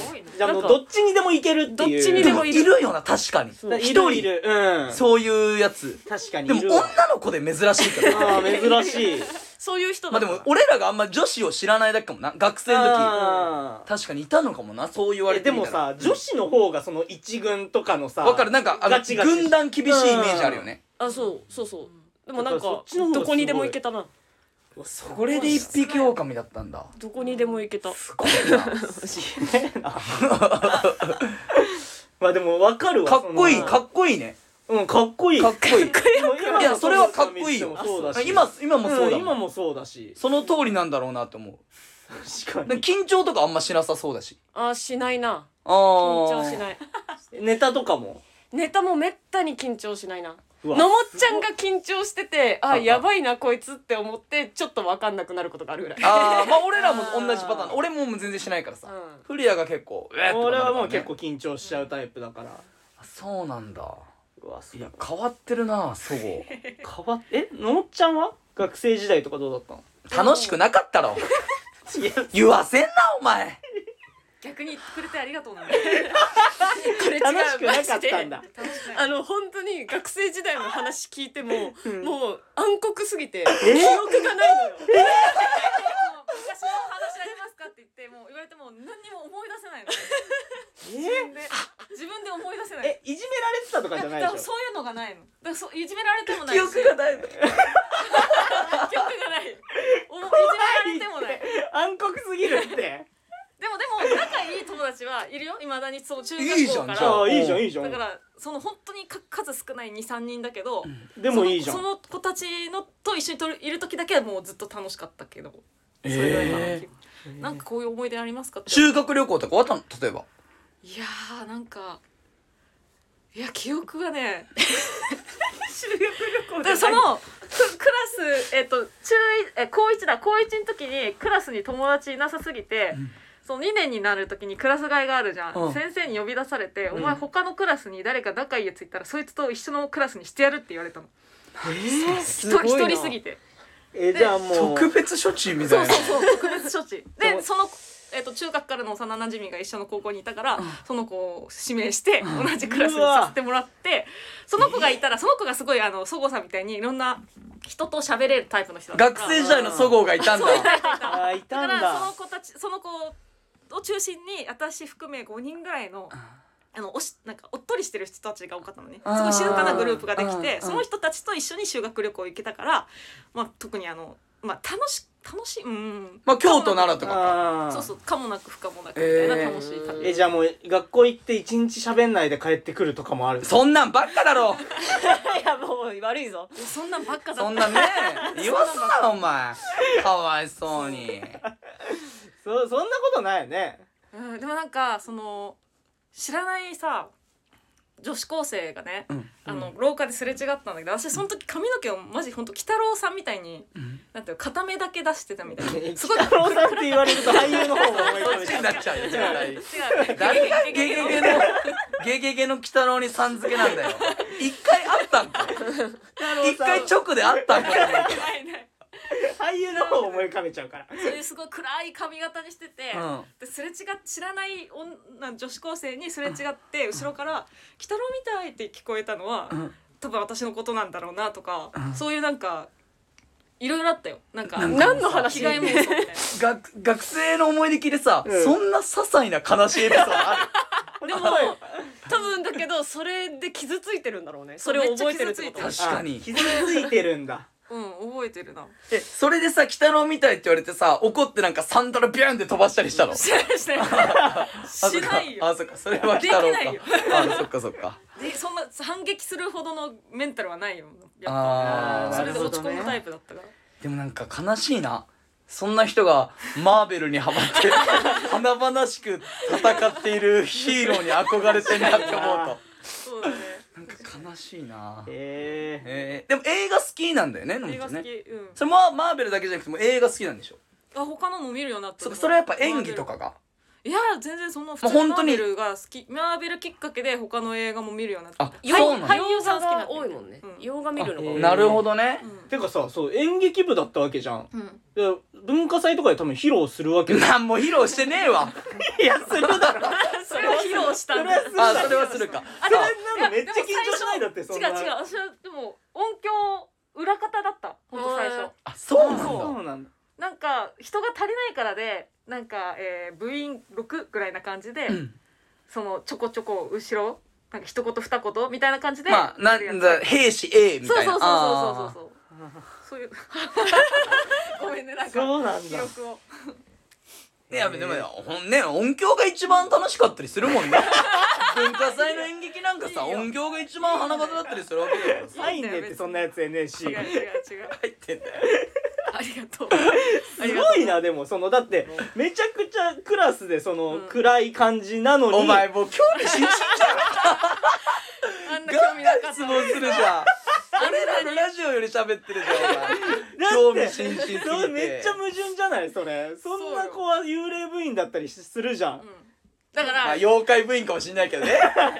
Speaker 2: すごいね
Speaker 5: じゃあもう
Speaker 1: なんか
Speaker 5: どっちにでもいけるっていう
Speaker 1: どっちに
Speaker 3: で
Speaker 1: で
Speaker 3: も
Speaker 1: も
Speaker 3: い
Speaker 1: い
Speaker 3: る
Speaker 1: る
Speaker 3: よな確かに
Speaker 1: そう
Speaker 5: だ
Speaker 1: 一
Speaker 5: い
Speaker 3: 人
Speaker 5: るいるうん
Speaker 3: そういうやつ
Speaker 5: 確かに
Speaker 3: でも
Speaker 5: いるわ
Speaker 3: 女の子で珍しいから
Speaker 5: あー珍しい
Speaker 1: そういう人
Speaker 3: (laughs) ま
Speaker 1: だ
Speaker 3: あ
Speaker 1: っ
Speaker 3: で
Speaker 1: た
Speaker 3: も俺らがあんま女子を知らないだけかもな学生の
Speaker 5: あ
Speaker 3: 時
Speaker 5: ー
Speaker 3: 確かにいたのかもなそう言われ
Speaker 5: え
Speaker 3: て
Speaker 5: で
Speaker 3: み
Speaker 5: も
Speaker 3: たら
Speaker 5: さ女子の方がその一軍とかのさ
Speaker 3: わかるなんかあの
Speaker 5: ガチガチ
Speaker 3: 軍団厳しいイメージあるよね
Speaker 1: あそうそうそうでもなん
Speaker 5: だからそ
Speaker 1: か
Speaker 5: っちの方がすごい
Speaker 1: どこにでも行けたな
Speaker 3: それで一匹狼だったんだ
Speaker 1: どこにでも行けた
Speaker 5: まあでもわかるわ
Speaker 3: かっこい
Speaker 5: そ
Speaker 3: い
Speaker 5: の
Speaker 3: かっこいいね
Speaker 5: うんかっこいい
Speaker 3: かっこいい
Speaker 5: い
Speaker 3: いやそれはかっこいいよ
Speaker 5: そうだし
Speaker 3: 今今もそう
Speaker 5: うん
Speaker 3: だ
Speaker 5: 今
Speaker 3: もん
Speaker 5: もそうだし
Speaker 3: その通りなんだろうなって思う
Speaker 5: 確か
Speaker 3: なん
Speaker 5: に
Speaker 3: か緊張とかあんましなさそうだし
Speaker 1: あしないな緊
Speaker 3: ああ
Speaker 1: 張しない
Speaker 5: ネタとかも
Speaker 1: ネタもめったに緊張しないな
Speaker 5: う
Speaker 1: の
Speaker 5: わ
Speaker 1: もっちゃんが緊張しててあやばいなこいつって思ってちょっと分かんなくなることがあるぐらい
Speaker 3: あーまあ俺らも同じパターン俺ももう全然しないからさ
Speaker 1: (laughs) うん
Speaker 3: フリアが結構えーっとか
Speaker 5: 俺
Speaker 3: なるから
Speaker 5: は
Speaker 3: ね
Speaker 5: もう結構緊張しちゃうタイプだから
Speaker 3: そうなんだ
Speaker 5: うわす
Speaker 3: い
Speaker 5: ごい
Speaker 3: や変わってるなそごう
Speaker 5: 変わっえのもっちゃんは学生時代とかどうだったの
Speaker 3: 楽しくなかったろ
Speaker 5: いや
Speaker 3: 言わせんなお前
Speaker 2: 逆に言ってくれてありが
Speaker 3: (laughs)
Speaker 2: とうなの
Speaker 1: これ違う
Speaker 5: (laughs) 楽しくなかったんだ
Speaker 1: マジであの本当に学生時代の話聞いても、もう暗黒すぎて記憶がないのよ
Speaker 2: 昔の話ありますかって言ってもう言われても何にも思い出せないの自分で自分で思い出せない
Speaker 5: えいじめられてたとかじゃない
Speaker 3: (laughs)
Speaker 2: だから
Speaker 5: でし
Speaker 2: そ
Speaker 5: ょ
Speaker 2: ういうのがないのだからそういじめられてもないし
Speaker 3: な
Speaker 2: (laughs)
Speaker 3: い
Speaker 2: 記憶がないおいじめられてもない
Speaker 5: 暗黒すぎるって
Speaker 3: (laughs)
Speaker 2: でもでも仲いい友達はいるよいまだにそう中
Speaker 3: いい
Speaker 2: 学
Speaker 3: じゃ
Speaker 2: 校
Speaker 3: ん
Speaker 2: か
Speaker 3: じゃあ
Speaker 2: ら
Speaker 5: ああいいじゃんいいじゃ
Speaker 2: だか
Speaker 5: ん
Speaker 2: らその本当にか数少ない23人だけど、
Speaker 5: でもいいじゃ
Speaker 2: そ
Speaker 5: ん
Speaker 2: のその子たちのと一緒にとるいる時だけはもうずっと楽しかったけど、それぐらいかな
Speaker 3: え
Speaker 2: なんかこういう思い出ありますかって
Speaker 3: 修学旅行とか終わったの例えば
Speaker 2: いやーなんかいや記憶がね修学旅行でそのククラスえっと中一え高一だ高一の時にクラスに友達いなさすぎて、その2年になる時にクラス替えがあるじゃん、
Speaker 3: うん
Speaker 2: 先生に呼び出されて、お前他のクラスに誰か仲いいやついたらそいつと一緒のクラスにしてやる」って言われたの
Speaker 3: す
Speaker 2: 一人一人すぎて
Speaker 5: えじゃあもう
Speaker 3: 特別処置み
Speaker 2: そ
Speaker 3: た
Speaker 2: う
Speaker 3: いな
Speaker 2: そうそう特別処置
Speaker 5: も
Speaker 2: でその、えっと中学からの幼なじみが一緒の高校にいたから、その子を指名して同じクラスにさせてもらってその子がいたらその子がすごいあのそごうさんみたいにいろんな人と喋れるタイプの人だった
Speaker 3: 学
Speaker 2: (laughs)
Speaker 3: 生時代のそごうがいたんだ
Speaker 5: あーいた
Speaker 2: だ
Speaker 5: ん
Speaker 2: からその
Speaker 5: だ
Speaker 2: 子たちその子を中心に私含め5人ぐらいの。あのおしなんかおっとりしてる人たちが多かったのねすごい静かなグループができ
Speaker 3: あー
Speaker 2: てその人たちと一緒に修学旅行行けたから、まあ、特にあの、まあ、楽し楽しいうん
Speaker 3: まあ京都奈良とか
Speaker 5: あー
Speaker 2: そうそう、かもなく不可もなくみたいな
Speaker 3: えー
Speaker 2: 楽しい旅。
Speaker 5: えじゃあもう学校行って一日喋んないで帰ってくるとかもある
Speaker 3: そんなんばっかだろ
Speaker 1: (laughs) いやもう悪いぞ
Speaker 2: いやそんなんばっかだ
Speaker 3: そ
Speaker 2: っ
Speaker 3: ん
Speaker 2: た。
Speaker 3: なね言わすなお前かわいそうに
Speaker 5: そそんなことないよね
Speaker 2: うん、でもなんかその知らないさ女子高生がね、
Speaker 3: うん
Speaker 2: あの廊下ですれ違ったんだけど、私その時髪の毛をマジ本当鬼太郎さんみたいに、なんていうの片目だけ出してたみたいな。すごい。違う
Speaker 5: 太郎さんって言われると俳優の方が思い浮かべち
Speaker 3: 好きに
Speaker 5: ゃ
Speaker 3: (laughs)
Speaker 5: う
Speaker 3: なっちゃうよ絶対誰
Speaker 2: 誰
Speaker 3: がゲゲゲのゲゲゲの鬼太郎にさん付けなんだよ一回あったんか一回直であったんか
Speaker 2: ないない。
Speaker 5: 俳優の方を思い浮かべちゃうから
Speaker 2: (laughs) そういうすごい暗い髪型にしてて、
Speaker 3: うん
Speaker 2: ですれ違っ知らない女女子高生にすれ違って後ろから「鬼太郎みたい」って聞こえたのは、多分私のことなんだろうなとか、そういうなんかいろいろあったよなんか
Speaker 1: 何の
Speaker 2: 被
Speaker 1: 話
Speaker 2: 害妄想みたいな
Speaker 3: 学学生の思い出聞いてさ、
Speaker 5: うん
Speaker 3: そんな些細な悲しいエピソードあ
Speaker 2: (laughs)
Speaker 3: る
Speaker 1: でも多分だけどそれで傷ついてるんだろうねそれを覚えてるってこと
Speaker 2: めっ
Speaker 3: 確か
Speaker 5: あ
Speaker 3: に
Speaker 5: 傷ついてるんだ
Speaker 2: うん覚えてるな
Speaker 3: えそれでさ「鬼太郎みたい」って言われてさ怒ってなんかサンダルビューンって飛ばしたりしたの
Speaker 2: (laughs) しないしない
Speaker 3: あそっ
Speaker 2: し
Speaker 3: か
Speaker 2: ない
Speaker 3: あ
Speaker 2: よ
Speaker 3: そっかそれは鬼太郎
Speaker 2: で
Speaker 3: か
Speaker 2: きないよ
Speaker 3: あそっかそっか
Speaker 2: でそんな反撃するほどのメンタルはないよやっ
Speaker 3: あ
Speaker 2: ぱ
Speaker 3: ー
Speaker 2: それで落ち込
Speaker 5: なるほど
Speaker 2: む
Speaker 5: ね
Speaker 2: タイプだったから。
Speaker 3: でもなんか悲しいなそんな人がマーベルにハマって (laughs) 華々しく戦っているヒーローに憧れてんなって思うと
Speaker 2: そうだね
Speaker 3: なんか悲しいな
Speaker 5: ええ
Speaker 3: えー、でも映画好きなんだよねのん
Speaker 2: 映
Speaker 3: ち
Speaker 2: 画
Speaker 3: ゃ
Speaker 2: 好
Speaker 3: ん
Speaker 2: き、
Speaker 3: ね
Speaker 2: うん
Speaker 3: それもマーベルだけじゃなくても映画好きなんでしょ
Speaker 2: あ他のも見るようになった
Speaker 3: そそれはやっぱ演技とかが
Speaker 2: いや全然その普
Speaker 3: もう
Speaker 2: 通に
Speaker 3: 本
Speaker 2: マ
Speaker 3: 当
Speaker 2: ー
Speaker 3: に
Speaker 2: ベルが好きマーベルきっかけで他の映画も見るようになった
Speaker 3: あ
Speaker 1: 洋
Speaker 3: そうなんだ
Speaker 1: 俳優さん好きな多いもんね
Speaker 2: うん
Speaker 1: 洋画見るのが多い
Speaker 3: なるほどね
Speaker 2: う
Speaker 5: てかさそう演劇部だったわけじゃん
Speaker 2: ん、うん、
Speaker 5: で文化祭とかで多分披露するわけだ
Speaker 3: なんも披露してねえわ
Speaker 5: いやするだろ
Speaker 2: それを披露したんだ
Speaker 3: あそれはするか
Speaker 5: それなのめっちゃ緊張しないだって
Speaker 2: 違う
Speaker 5: そ
Speaker 2: 違
Speaker 5: んな
Speaker 2: う私はでも音響裏方だった本当最
Speaker 1: へ
Speaker 2: 初
Speaker 1: ー
Speaker 3: あそうなんだ
Speaker 5: そうなんだ
Speaker 2: なんか人が足りないからでなんか、えー部員6ぐらいな感じで、
Speaker 3: うん
Speaker 2: そのちょこちょこ後ろなんか一言二言みたいな感じで
Speaker 3: まあな
Speaker 2: やるや
Speaker 3: ん
Speaker 2: つ
Speaker 3: だ兵士 A み
Speaker 2: そう
Speaker 3: た
Speaker 2: そう
Speaker 3: いな
Speaker 2: そうそうそうそうそういう (laughs) ごめんねなんか
Speaker 5: そうなん
Speaker 2: 記
Speaker 5: だ
Speaker 2: 録を
Speaker 3: うねやべでもほんね音響が一番楽しかったりするもんね文化祭の演劇なんかさ
Speaker 2: いいよ
Speaker 3: 音響が一番花形だったりするわけだからさ
Speaker 5: サインでってそんなやつ NSC
Speaker 2: 違う違う違う
Speaker 3: 入ってんだよ
Speaker 2: ありがとう
Speaker 5: すごいなでもそのだってめちゃくちゃクラスでその
Speaker 2: うん
Speaker 5: 暗い感じなのに、
Speaker 3: お前もう興味津々じゃん
Speaker 2: あんな
Speaker 3: ガ
Speaker 2: 興
Speaker 3: ン
Speaker 2: 味
Speaker 3: ガ
Speaker 2: な
Speaker 3: ン
Speaker 2: かった
Speaker 3: 質問するじゃん俺らのラジオより喋ってるじゃんお前興味津々すぎて
Speaker 5: それめっちゃ矛盾じゃないそれそんな子は幽霊部員だったりしするじゃん
Speaker 2: うん、だから、
Speaker 3: まあ妖怪部員かもしんないけど (laughs) ね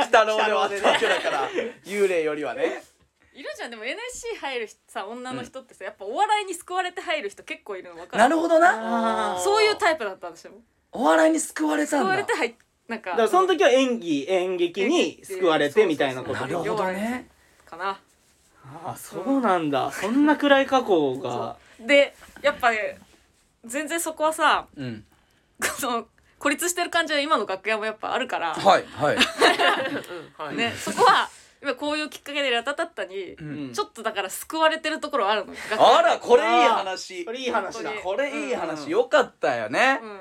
Speaker 3: 北郎ではあったわけだから幽霊よりはね
Speaker 2: いるじゃんでも NSC 入る人さ女の人ってさ、やっぱお笑いに救われて入る人結構いるの分かる
Speaker 3: (laughs) なるほど
Speaker 5: あ
Speaker 3: な
Speaker 5: ー
Speaker 2: そういうタイプだったんですよ
Speaker 3: お笑いに救われた
Speaker 2: 救
Speaker 3: ん
Speaker 2: わ
Speaker 3: だ
Speaker 2: れて入っなんか
Speaker 5: だからその時は演技演劇に救われてみたいなこと
Speaker 3: な
Speaker 5: か
Speaker 3: るほどね
Speaker 2: かな
Speaker 5: ああそうなんだそんな暗い過去が
Speaker 2: でやっぱね全然そこはさ
Speaker 3: うん
Speaker 2: その孤立してる感じは今の楽屋もやっぱあるから、
Speaker 3: はいはい
Speaker 1: うんはい
Speaker 2: ね、そこは今こういうきっかけでラタタッタに、
Speaker 5: ん
Speaker 2: ちょっとだから救われてるところはあるのよ楽屋
Speaker 3: あらこれいい話
Speaker 5: これいい話
Speaker 2: 本
Speaker 5: だ
Speaker 2: 当に
Speaker 3: これいい
Speaker 5: うん
Speaker 3: 話よかったよね
Speaker 2: うん、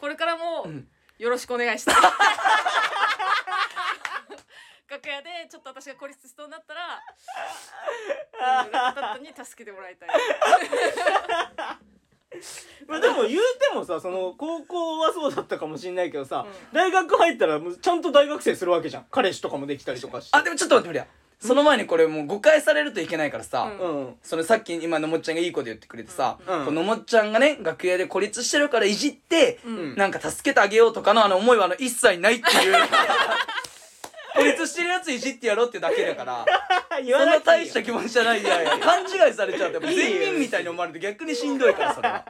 Speaker 2: これからも
Speaker 3: ん
Speaker 2: よろしくお願いしたい楽屋でちょっと私が孤立しそうになったらうんラタタッタに助けてもらいたい
Speaker 5: まあでも言うてもさその高校はそうだったかもしんないけどさ、
Speaker 2: う
Speaker 5: 大学入ったらもうちゃんと大学生するわけじゃん彼氏とかもできたりとかして
Speaker 3: あでもちょっと待ってくれその前にこれもう誤解されるといけないからさ、
Speaker 2: うん
Speaker 5: うん
Speaker 3: そのさっき今のもっちゃんがいいこと言ってくれてさ、
Speaker 5: うん
Speaker 3: このもっちゃんがね楽屋で孤立してるからいじって、
Speaker 5: ん
Speaker 3: なんか助けてあげようとかのあの思いはあの一切ないって
Speaker 5: (laughs)
Speaker 3: いう孤立してるやついじってやろうってだけだから
Speaker 5: 言
Speaker 3: そ
Speaker 5: わ
Speaker 3: ん
Speaker 5: な
Speaker 3: な
Speaker 5: くてい
Speaker 3: 大し
Speaker 5: いよ
Speaker 3: た気持ちじゃないいやいや勘違いされちゃってもう全員みたいに思われて逆にしんどいからそれは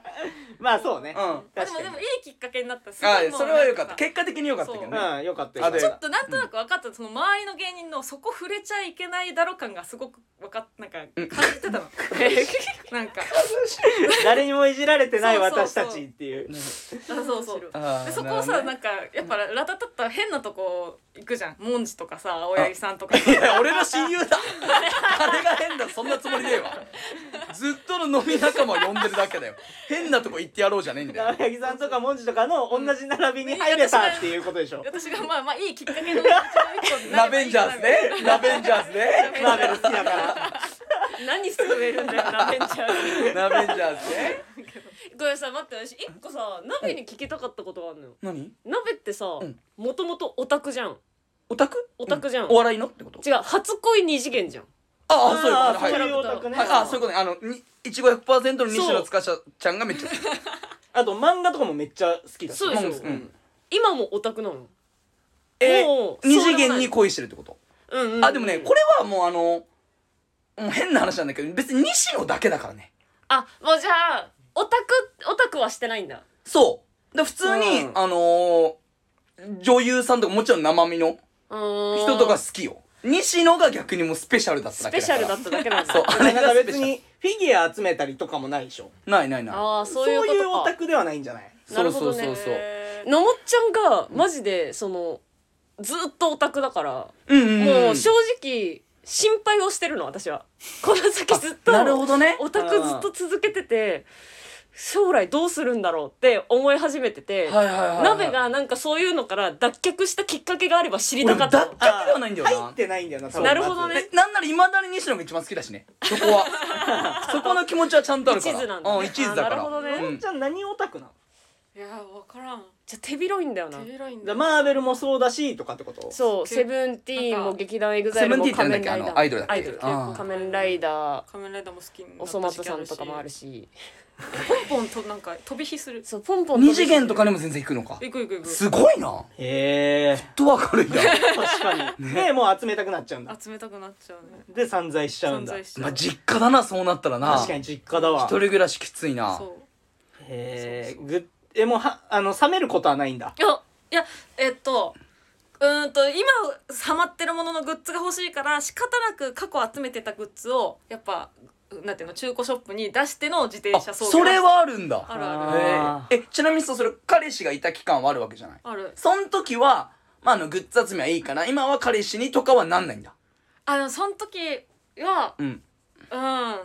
Speaker 5: ま (laughs) あそうね、
Speaker 3: うん
Speaker 2: まあで
Speaker 5: 確
Speaker 2: も
Speaker 5: か
Speaker 2: で
Speaker 5: に
Speaker 2: もいいきっかけになったすごい
Speaker 3: あ
Speaker 2: もうなん
Speaker 3: それはよかった結果的によかったけどね
Speaker 5: うんよかったよかった
Speaker 3: あ
Speaker 2: ちょっとなんとなく分かった、その周りの芸人のそこ触れちゃいけないだろ感がすごく分かっなんか感じてたの、なんか
Speaker 5: 誰にもいじられてない
Speaker 2: そうそう
Speaker 5: 私
Speaker 2: そう
Speaker 5: たちっていう
Speaker 2: あそうそう
Speaker 3: あ
Speaker 2: で
Speaker 3: ー
Speaker 2: そこを
Speaker 3: な
Speaker 2: さ
Speaker 3: るほど
Speaker 2: なん
Speaker 3: ね
Speaker 2: かやっぱラタタッタ変なとこ行くじゃんモンジとかさ青柳さんとか
Speaker 3: いや俺の親友だあれが変だそんなつもりねえわずっとの飲み仲間を呼んでるだけだよ変なとこ行ってやろうじゃねえんだよ
Speaker 5: 青柳さんとかもんじとかの同じ並びに入れたっていうことでしょ
Speaker 2: 私がまあまあいいきっかけのうちの一個にな
Speaker 3: ラ
Speaker 2: れば
Speaker 3: ベ
Speaker 2: い
Speaker 3: ン
Speaker 2: い
Speaker 3: ジ
Speaker 2: か
Speaker 3: ャ
Speaker 2: な
Speaker 3: ーズね。ラベンジャーズね。
Speaker 5: マーベル好きだから
Speaker 1: (laughs) 何 (laughs) 進めるんだよラベンジャー
Speaker 3: ラベンジャーズね。
Speaker 1: ごめんなさい待って私一個さ鍋に聞きたかったことがあるのよ
Speaker 3: 何？
Speaker 1: 鍋ってさ
Speaker 3: うん
Speaker 1: もともとオタクじゃん
Speaker 3: オタク？
Speaker 1: オタクじゃん
Speaker 3: お笑いのってこと？
Speaker 1: 違う初恋二次元じゃん
Speaker 3: ああそういう
Speaker 5: あ
Speaker 3: こ
Speaker 5: あ
Speaker 3: とはい。
Speaker 5: そう
Speaker 3: はい
Speaker 5: いうオタクね
Speaker 3: あそういうことね。あのにいちご100%の西野塚ちゃんがめっちゃ好き。
Speaker 5: あと漫画とかもめっちゃ好きだし
Speaker 1: そうでしょ、
Speaker 3: うんうん
Speaker 1: 今もオタクなの
Speaker 3: え
Speaker 1: もう
Speaker 3: 二
Speaker 1: そう
Speaker 3: 次
Speaker 1: でもな
Speaker 3: 元
Speaker 1: い
Speaker 3: に恋してるってこと。
Speaker 1: うんうんうん
Speaker 3: あでもねこれはもうあのもう変な話なんだけど別に西野だけだからね。
Speaker 1: あもうじゃあオタクオタクはしてないんだ
Speaker 3: そう。で普通に
Speaker 5: うん
Speaker 3: あのー女優さんとかもちろん生身の人
Speaker 1: 人
Speaker 3: とか好きよ。西野が逆にもうスペシャルだった
Speaker 1: ス
Speaker 3: だけ
Speaker 1: ペ
Speaker 3: だ
Speaker 1: シ
Speaker 3: か
Speaker 1: ャ
Speaker 3: ら。
Speaker 1: ルだっただけなんだ
Speaker 3: そう。あれ
Speaker 5: なんか
Speaker 3: がスペ
Speaker 5: 別
Speaker 3: シャル
Speaker 5: にフィギュア集めたりとかもないでしょ
Speaker 3: ないないない。
Speaker 1: ああそ
Speaker 5: そ
Speaker 1: うういうこ
Speaker 5: いうオ
Speaker 1: と
Speaker 5: タ
Speaker 1: か
Speaker 5: クではないんじゃない
Speaker 1: なるほどね
Speaker 3: そうそうそうそう。
Speaker 1: のもっちゃんがマジでそのずっとオタクだから、
Speaker 3: うんうんん
Speaker 1: もう正直心配をしてるの私
Speaker 3: (laughs)
Speaker 1: はこの先ずっと
Speaker 3: なるほどね
Speaker 1: オタクずっと続けてて将来どうするんだろうって思い始めてて、
Speaker 3: はいはいはいはい
Speaker 1: 鍋がなんかそういうのから脱却したきっかけがあれば知り
Speaker 3: 俺
Speaker 1: た
Speaker 3: も
Speaker 1: か
Speaker 3: だっ
Speaker 1: ったたの
Speaker 3: だけではないんだよ
Speaker 5: 入っ
Speaker 3: な
Speaker 5: てないんだよな多分
Speaker 1: なるほどね
Speaker 3: でなんならいまだに西野が一番好きだし
Speaker 1: (laughs)
Speaker 3: ねそこはそこの気持ちはちゃんとあるから
Speaker 1: 一途なんだ
Speaker 3: うん一途だか
Speaker 1: あなる
Speaker 3: ら
Speaker 1: ほどね
Speaker 5: まず
Speaker 3: う
Speaker 5: のん
Speaker 3: ん
Speaker 5: ちゃん何オタクなの
Speaker 2: いやーわからん
Speaker 1: じゃ手広いんだよな
Speaker 2: 手広いん
Speaker 5: だ
Speaker 2: だ
Speaker 5: マーベルもそうだしとかってこと
Speaker 1: そう
Speaker 2: け
Speaker 1: セブンティーンも劇団エグザイルも
Speaker 3: セブン
Speaker 1: 仮
Speaker 3: ティーンっ
Speaker 1: 面
Speaker 3: てな
Speaker 1: ラ
Speaker 3: ん
Speaker 1: イ
Speaker 3: だっ
Speaker 1: ダー
Speaker 3: けあのアイドルだっけ
Speaker 1: アイドル
Speaker 3: あ
Speaker 2: ー
Speaker 1: 仮面ライダー
Speaker 2: 仮面ライダーも好きになった
Speaker 1: おそ松さん
Speaker 2: 時期
Speaker 1: とかもあるし
Speaker 2: ポンポンとなんか飛び火する
Speaker 1: そうポンポン
Speaker 3: 二次元とかにも全然行くのか
Speaker 2: 行く行く行く
Speaker 3: すごいな
Speaker 5: へえ
Speaker 3: とわかるんだ
Speaker 5: 確かにねもう集めたくなっちゃうんだ
Speaker 2: 集めたくなっちゃうね
Speaker 5: で散財しちゃうん
Speaker 2: 存
Speaker 5: だ
Speaker 2: 在しちゃ
Speaker 3: (laughs) まあ
Speaker 2: う
Speaker 3: 実家だなそうなったらな
Speaker 5: 確かに実家だわ
Speaker 3: 一人暮らしきついな
Speaker 2: そう
Speaker 5: へえぐえもうはあの冷めることはないんだ
Speaker 2: いやいやえっとうーんと今ハマってるもののグッズが欲しいから仕方なく過去集めてたグッズをやっぱなんていうの中古ショップに出しての自転
Speaker 3: あ
Speaker 2: 車操業
Speaker 3: それはあるんだ
Speaker 2: あるあ
Speaker 5: あ
Speaker 2: る
Speaker 5: ー
Speaker 3: へええちなみにそうそれ彼氏がいた期間はあるわけじゃない
Speaker 2: ある
Speaker 3: その時はまああのグッズ集めはいいかな今は彼氏にとかはなんないんだ
Speaker 2: あのその時は
Speaker 3: うん
Speaker 2: うん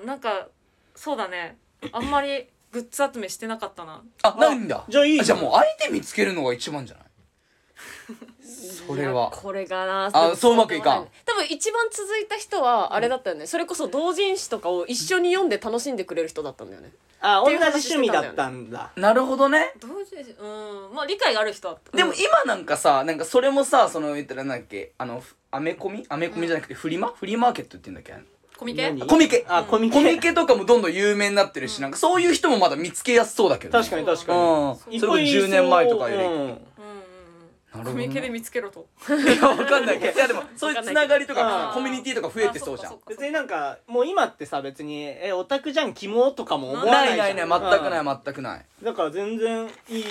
Speaker 2: なんかそうだねあんまりグッズ集めしてなかったな
Speaker 3: あないんだ
Speaker 5: じゃあいいじゃん
Speaker 3: じゃあもう相手見つけるのが一番じゃないそれは
Speaker 1: これがな
Speaker 3: あそううまくいかん
Speaker 1: 多分一番続いた人はあれだったよね、それこそ同人誌とかを一緒に読んで楽しんでくれる人だったんだよね
Speaker 5: あ
Speaker 1: って
Speaker 5: 同
Speaker 1: い
Speaker 5: じ
Speaker 1: う話
Speaker 5: 趣味だったんだ
Speaker 3: なるほどね
Speaker 2: どうしてうんまあ理解がある人だった
Speaker 3: でも今なんかさなんかそれもさその言ったらなんだっけあのふアメコミアメコミじゃなくてフリマ、フリーマーケットって言うんだっけ
Speaker 2: コミケ
Speaker 5: 何
Speaker 3: コミケ
Speaker 5: あコミケ
Speaker 3: コミケとかもどんどん有名になってるし、なんかそういう人もまだ見つけやすそうだけど、ね、
Speaker 5: 確かに確かに、
Speaker 3: う
Speaker 5: い
Speaker 3: ん
Speaker 5: っ
Speaker 3: それこそ
Speaker 5: ぱいいそう
Speaker 3: 10年前とかより、
Speaker 5: うん
Speaker 2: うんうん
Speaker 3: な
Speaker 2: う
Speaker 3: る
Speaker 2: ん
Speaker 3: ほ
Speaker 2: コ
Speaker 3: どね
Speaker 2: ミケで見つけろと
Speaker 3: いやわかんないけどいやでもそういうつながりと
Speaker 5: わかんな
Speaker 3: か
Speaker 5: いけど
Speaker 3: コミュニティとか増えてそうじゃん
Speaker 2: あっかっ
Speaker 5: 別
Speaker 2: か
Speaker 5: になんかもう今ってさ別に「えオタクじゃんキモ」とかも思わ
Speaker 3: な
Speaker 5: ない
Speaker 3: い
Speaker 5: じゃ
Speaker 3: なんいない全くない
Speaker 5: うん
Speaker 3: 全くない
Speaker 5: だから全然いい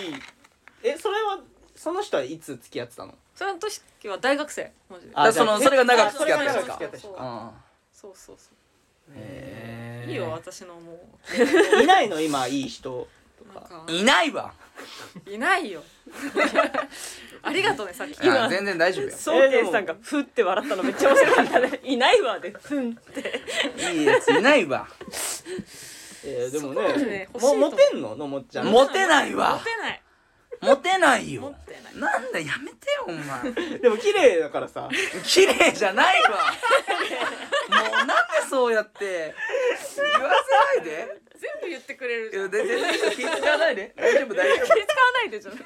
Speaker 5: えそれはその人はいつ付き合ってたの
Speaker 2: それの時は大学生マジで
Speaker 5: あ
Speaker 3: だからその
Speaker 5: じゃあ
Speaker 3: それが長く
Speaker 5: そ
Speaker 3: 付き
Speaker 5: れ
Speaker 3: 合
Speaker 5: が
Speaker 3: ってるんです
Speaker 5: 長く
Speaker 3: か
Speaker 5: 付き合った人
Speaker 2: そう
Speaker 5: か
Speaker 2: そうそうそ
Speaker 3: へ
Speaker 2: う
Speaker 3: ー
Speaker 2: いいよ私のも
Speaker 5: いないの今いい人
Speaker 2: うなんか
Speaker 3: いないわ
Speaker 2: いないよ (laughs) ありがとうねさっき
Speaker 3: いや全然大 (laughs) 丈夫よ
Speaker 1: そう
Speaker 5: け
Speaker 1: け
Speaker 5: い
Speaker 1: い
Speaker 5: さ
Speaker 1: さ
Speaker 5: ん
Speaker 1: ん
Speaker 5: が
Speaker 1: がふって笑ったのめっちゃ面白かったねいないわ (laughs) でふん
Speaker 3: いいやついないわ
Speaker 5: えーでも
Speaker 2: そうだ
Speaker 5: ね
Speaker 2: ね欲しい
Speaker 5: も
Speaker 2: と
Speaker 5: モテんののもっちゃん
Speaker 3: モテない
Speaker 2: モ
Speaker 3: わ
Speaker 2: テない
Speaker 3: モテない
Speaker 2: モ
Speaker 3: よ
Speaker 2: テない
Speaker 3: なんだやめてよお前
Speaker 5: でも綺麗だか
Speaker 3: (laughs)
Speaker 5: らさ
Speaker 3: 綺麗じゃないわもうなんでそうやって言わせないで
Speaker 2: 全部言ってくれる
Speaker 3: い
Speaker 2: じゃ
Speaker 3: や
Speaker 2: ん
Speaker 3: 全然気使わないで大丈夫大丈
Speaker 2: 気使
Speaker 3: 夫
Speaker 2: わないでじゃない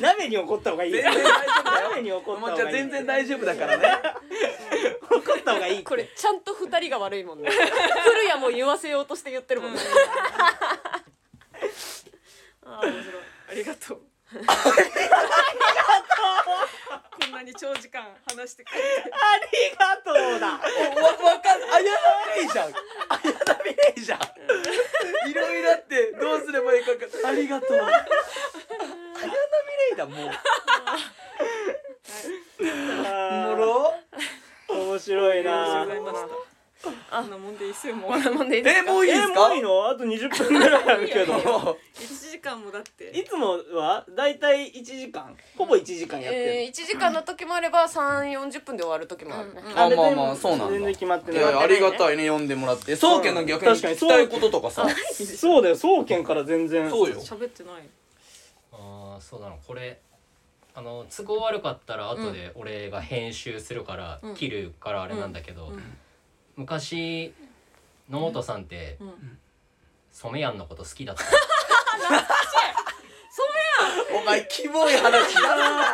Speaker 5: 鍋に怒った方がいいよ
Speaker 3: 全然大丈夫だよ
Speaker 5: 鍋に怒った
Speaker 3: も
Speaker 5: 方
Speaker 3: うじゃあ
Speaker 5: がいい
Speaker 3: 全然大丈夫だからね
Speaker 5: 怒った方がいいって
Speaker 1: これちゃんと二人が悪いもんね古谷も言わせようとして言ってるもんね、
Speaker 2: あー面白いありが
Speaker 1: (laughs)
Speaker 2: とうありがとうこんなに長時間話してくれて
Speaker 5: ありがとうだ
Speaker 3: わわかんあやだみねえじゃんあやだみねえじゃんいろいろあってどうすればいいか分かんないありがとうあやだみねえだもうおもろ
Speaker 5: 面白いな
Speaker 2: ありがとうございましたあんなもんでいいっすよもうあんなもんでいい
Speaker 3: えもういいで
Speaker 5: え
Speaker 3: す
Speaker 5: も
Speaker 3: か
Speaker 5: ういいのあと20分ぐらいあるけど
Speaker 3: もう
Speaker 2: 1時間もだって
Speaker 5: いつもはだいたい1時間ほぼ1時間やってる、
Speaker 1: えー、1時間の時もあれば3 4 0分で終わる時もあるね、
Speaker 2: うんうん
Speaker 3: あ
Speaker 5: 別に
Speaker 3: まあまあそうなんだ
Speaker 5: 全然決まって
Speaker 3: い
Speaker 5: ない
Speaker 3: やいやありがたいね読んでもらって宗家の逆に
Speaker 5: 確かに
Speaker 3: 聞きたいこととかさ
Speaker 5: そうだよ総研から全然
Speaker 3: そうよ
Speaker 2: 喋ってない
Speaker 4: ああそうなのこれあの都合悪かったら後で俺が編集するから、
Speaker 2: うん
Speaker 4: 切るからあれなんだけど、
Speaker 2: うん
Speaker 4: 昔野本さんって、
Speaker 2: うん
Speaker 4: 染谷のこと好きだった
Speaker 3: お前キモい話だな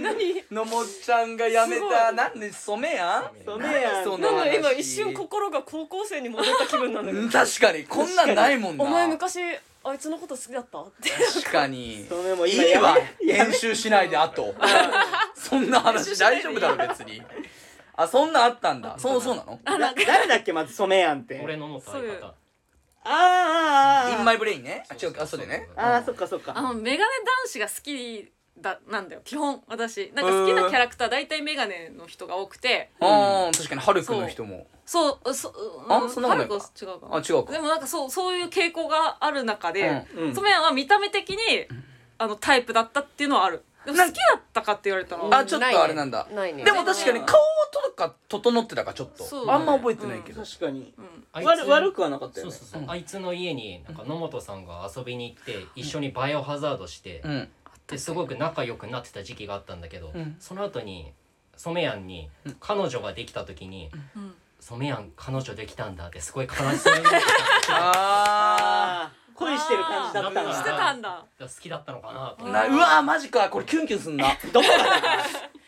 Speaker 1: 何
Speaker 3: のもっちゃんがやめたなんで染めやん
Speaker 5: そうねや
Speaker 3: そ
Speaker 5: ん
Speaker 3: ん
Speaker 1: なんか今
Speaker 3: 話
Speaker 1: 一瞬心が高校生に戻った気分なんだけ
Speaker 3: う
Speaker 1: ど
Speaker 3: ん確かにこんなんないもんな
Speaker 1: お前昔あいつのこと好きだったって
Speaker 3: 確かに
Speaker 5: それも今
Speaker 3: いいわ
Speaker 5: や
Speaker 3: 編集しないであとそんな話大丈夫だろ別にあそんなんあったんだそうそうなの
Speaker 5: だ誰だっけまず染めやんって
Speaker 4: 俺の元相方
Speaker 5: あーあーあー
Speaker 3: インマイブレインねあ違うかあそうだよね
Speaker 5: あーそっかそっか
Speaker 2: あのメガネ男子が好きだなんだよ基本私なんか好きなキャラクター大体メガネの人が多くて
Speaker 3: うん確かにハルクの人も
Speaker 2: そうそう
Speaker 3: あ
Speaker 2: うん
Speaker 3: そんなことない
Speaker 2: ル
Speaker 3: か
Speaker 2: コ違うか
Speaker 3: あ違う
Speaker 2: で
Speaker 3: か
Speaker 2: もなんかそうそういう傾向がある中で、
Speaker 5: う
Speaker 2: ソメヤンは見た目的にあのタイプだったっていうのはあるでも好きだったかって言われたら
Speaker 3: あちょっとあれなんだ
Speaker 1: ないね
Speaker 3: でも確かに顔とか整ってたからちょっ
Speaker 2: そう
Speaker 3: と
Speaker 2: ね
Speaker 3: あんま覚えてないけど
Speaker 5: 確かに
Speaker 2: うん
Speaker 4: あいつ
Speaker 5: 悪悪くはなかった
Speaker 4: そ
Speaker 5: よ
Speaker 4: う
Speaker 5: ね
Speaker 4: そうそう、あいつの家になんか野本さんが遊びに行って一緒にバイオハザードして、
Speaker 3: うん
Speaker 4: ですごく仲良くなってた時期があったんだけど、
Speaker 3: うん
Speaker 4: その後に染谷に彼女ができた時に
Speaker 2: うん
Speaker 4: 「染 (laughs) 谷彼女できたんだ」ってすごい悲しそうに言ってた
Speaker 3: あ
Speaker 5: あー恋してる感だったんだ
Speaker 2: してたんだ
Speaker 4: 好きだったのかなと思って
Speaker 3: なうわマジかこれキュンキュンすんな
Speaker 5: どこだよ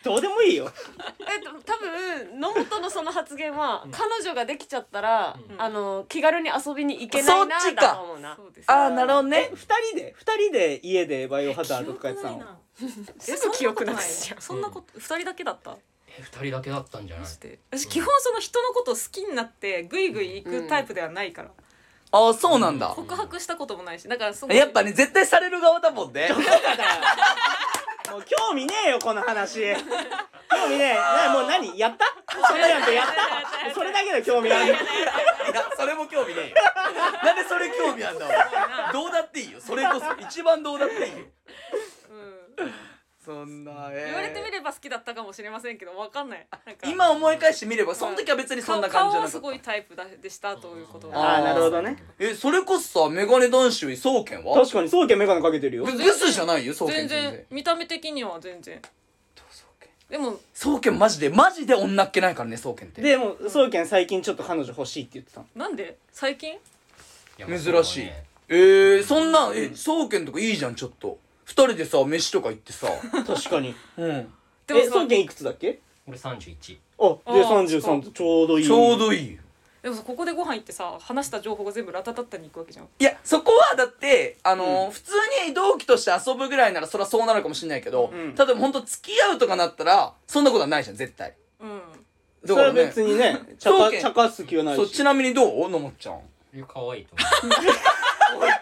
Speaker 5: どうでもいいよ
Speaker 1: (laughs) えっと多分野本のその発言は、彼女ができちゃったら、
Speaker 2: ん
Speaker 1: あの気軽に遊びに行けないな
Speaker 3: そっちか
Speaker 1: だと思うな
Speaker 2: そうです
Speaker 3: (laughs) ああなるほど
Speaker 5: え
Speaker 3: ね
Speaker 5: 二人で二人で家でバイオハザードとかやってたの
Speaker 2: え
Speaker 1: すぐ記憶なくしちゃう
Speaker 2: そんなこと二人だけだった
Speaker 4: え二人だけだったんじゃない
Speaker 2: マジで私基本その人のことを好きになってグイグイ行くタイプではないから
Speaker 3: ああそうなんだ
Speaker 2: 告白したこともないしだからその
Speaker 3: やっぱね絶対される側だもんね (laughs)
Speaker 5: もう興味ねえよこの話興味ねえなもう何やったそれなんてやったそれだけで興味ある
Speaker 3: いやそれも興味ねえよ (laughs) なんでそれ興味あんだお (laughs) 前どうだっていいよそれこそ一番どうだっていいよ
Speaker 2: うん
Speaker 3: そんな、
Speaker 2: 言われてみれば好きだったかもしれませんけどわかんないなんか
Speaker 3: 今思い返してみればその時は別にそんな感
Speaker 2: 顔
Speaker 3: じじ
Speaker 2: 顔
Speaker 3: ゃな
Speaker 2: は
Speaker 3: か
Speaker 2: す
Speaker 3: った
Speaker 2: ごいタイプだでしたということ
Speaker 5: あ
Speaker 2: は
Speaker 5: あなるほどね
Speaker 3: えそれこそさメガネ男子より宗剣は
Speaker 5: 確かに宗家メガネかけてるよ
Speaker 3: 別嘘じゃないよ宗
Speaker 2: 全
Speaker 3: 剣
Speaker 2: 然見た目的には全然でも
Speaker 3: 宗剣マジでマジで女っ気ないからね宗剣って
Speaker 5: でも宗家最近ちょっと彼女欲しいって言ってたの
Speaker 2: なんで最近
Speaker 4: いやまあ
Speaker 3: 珍しい、
Speaker 4: そうだね
Speaker 3: えー、そんなんえ宗剣とかいいじゃんちょっと二人でさ飯とか行ってさ
Speaker 5: 確かに
Speaker 3: うん
Speaker 2: でも
Speaker 5: え
Speaker 2: その
Speaker 5: 宗家いくつだっけ
Speaker 4: 俺三十一。
Speaker 5: あ
Speaker 2: あ
Speaker 5: で
Speaker 2: ー
Speaker 5: 33とちょうどいい
Speaker 3: ちょうどいいよ
Speaker 2: でもさここでご飯行ってさ話した情報が全部ラタタッタに行くわけじゃん
Speaker 3: いやそこはだってあのー普通に同期として遊ぶぐらいならそりゃそうなるかもしれないけど、
Speaker 5: うん
Speaker 3: 例えばほんと付き合うとかなったらそんなことはないじゃん絶対
Speaker 2: うん
Speaker 3: だ
Speaker 5: そ
Speaker 3: か
Speaker 5: れ
Speaker 3: ら
Speaker 5: は
Speaker 3: ね
Speaker 5: 別にねちゃ
Speaker 3: 宗
Speaker 5: か
Speaker 3: 家
Speaker 5: ちゃかす気はない
Speaker 3: そう
Speaker 5: し
Speaker 3: ちなみにどうのもっちゃん
Speaker 4: いや可愛いと
Speaker 2: (laughs)
Speaker 3: 悪いよ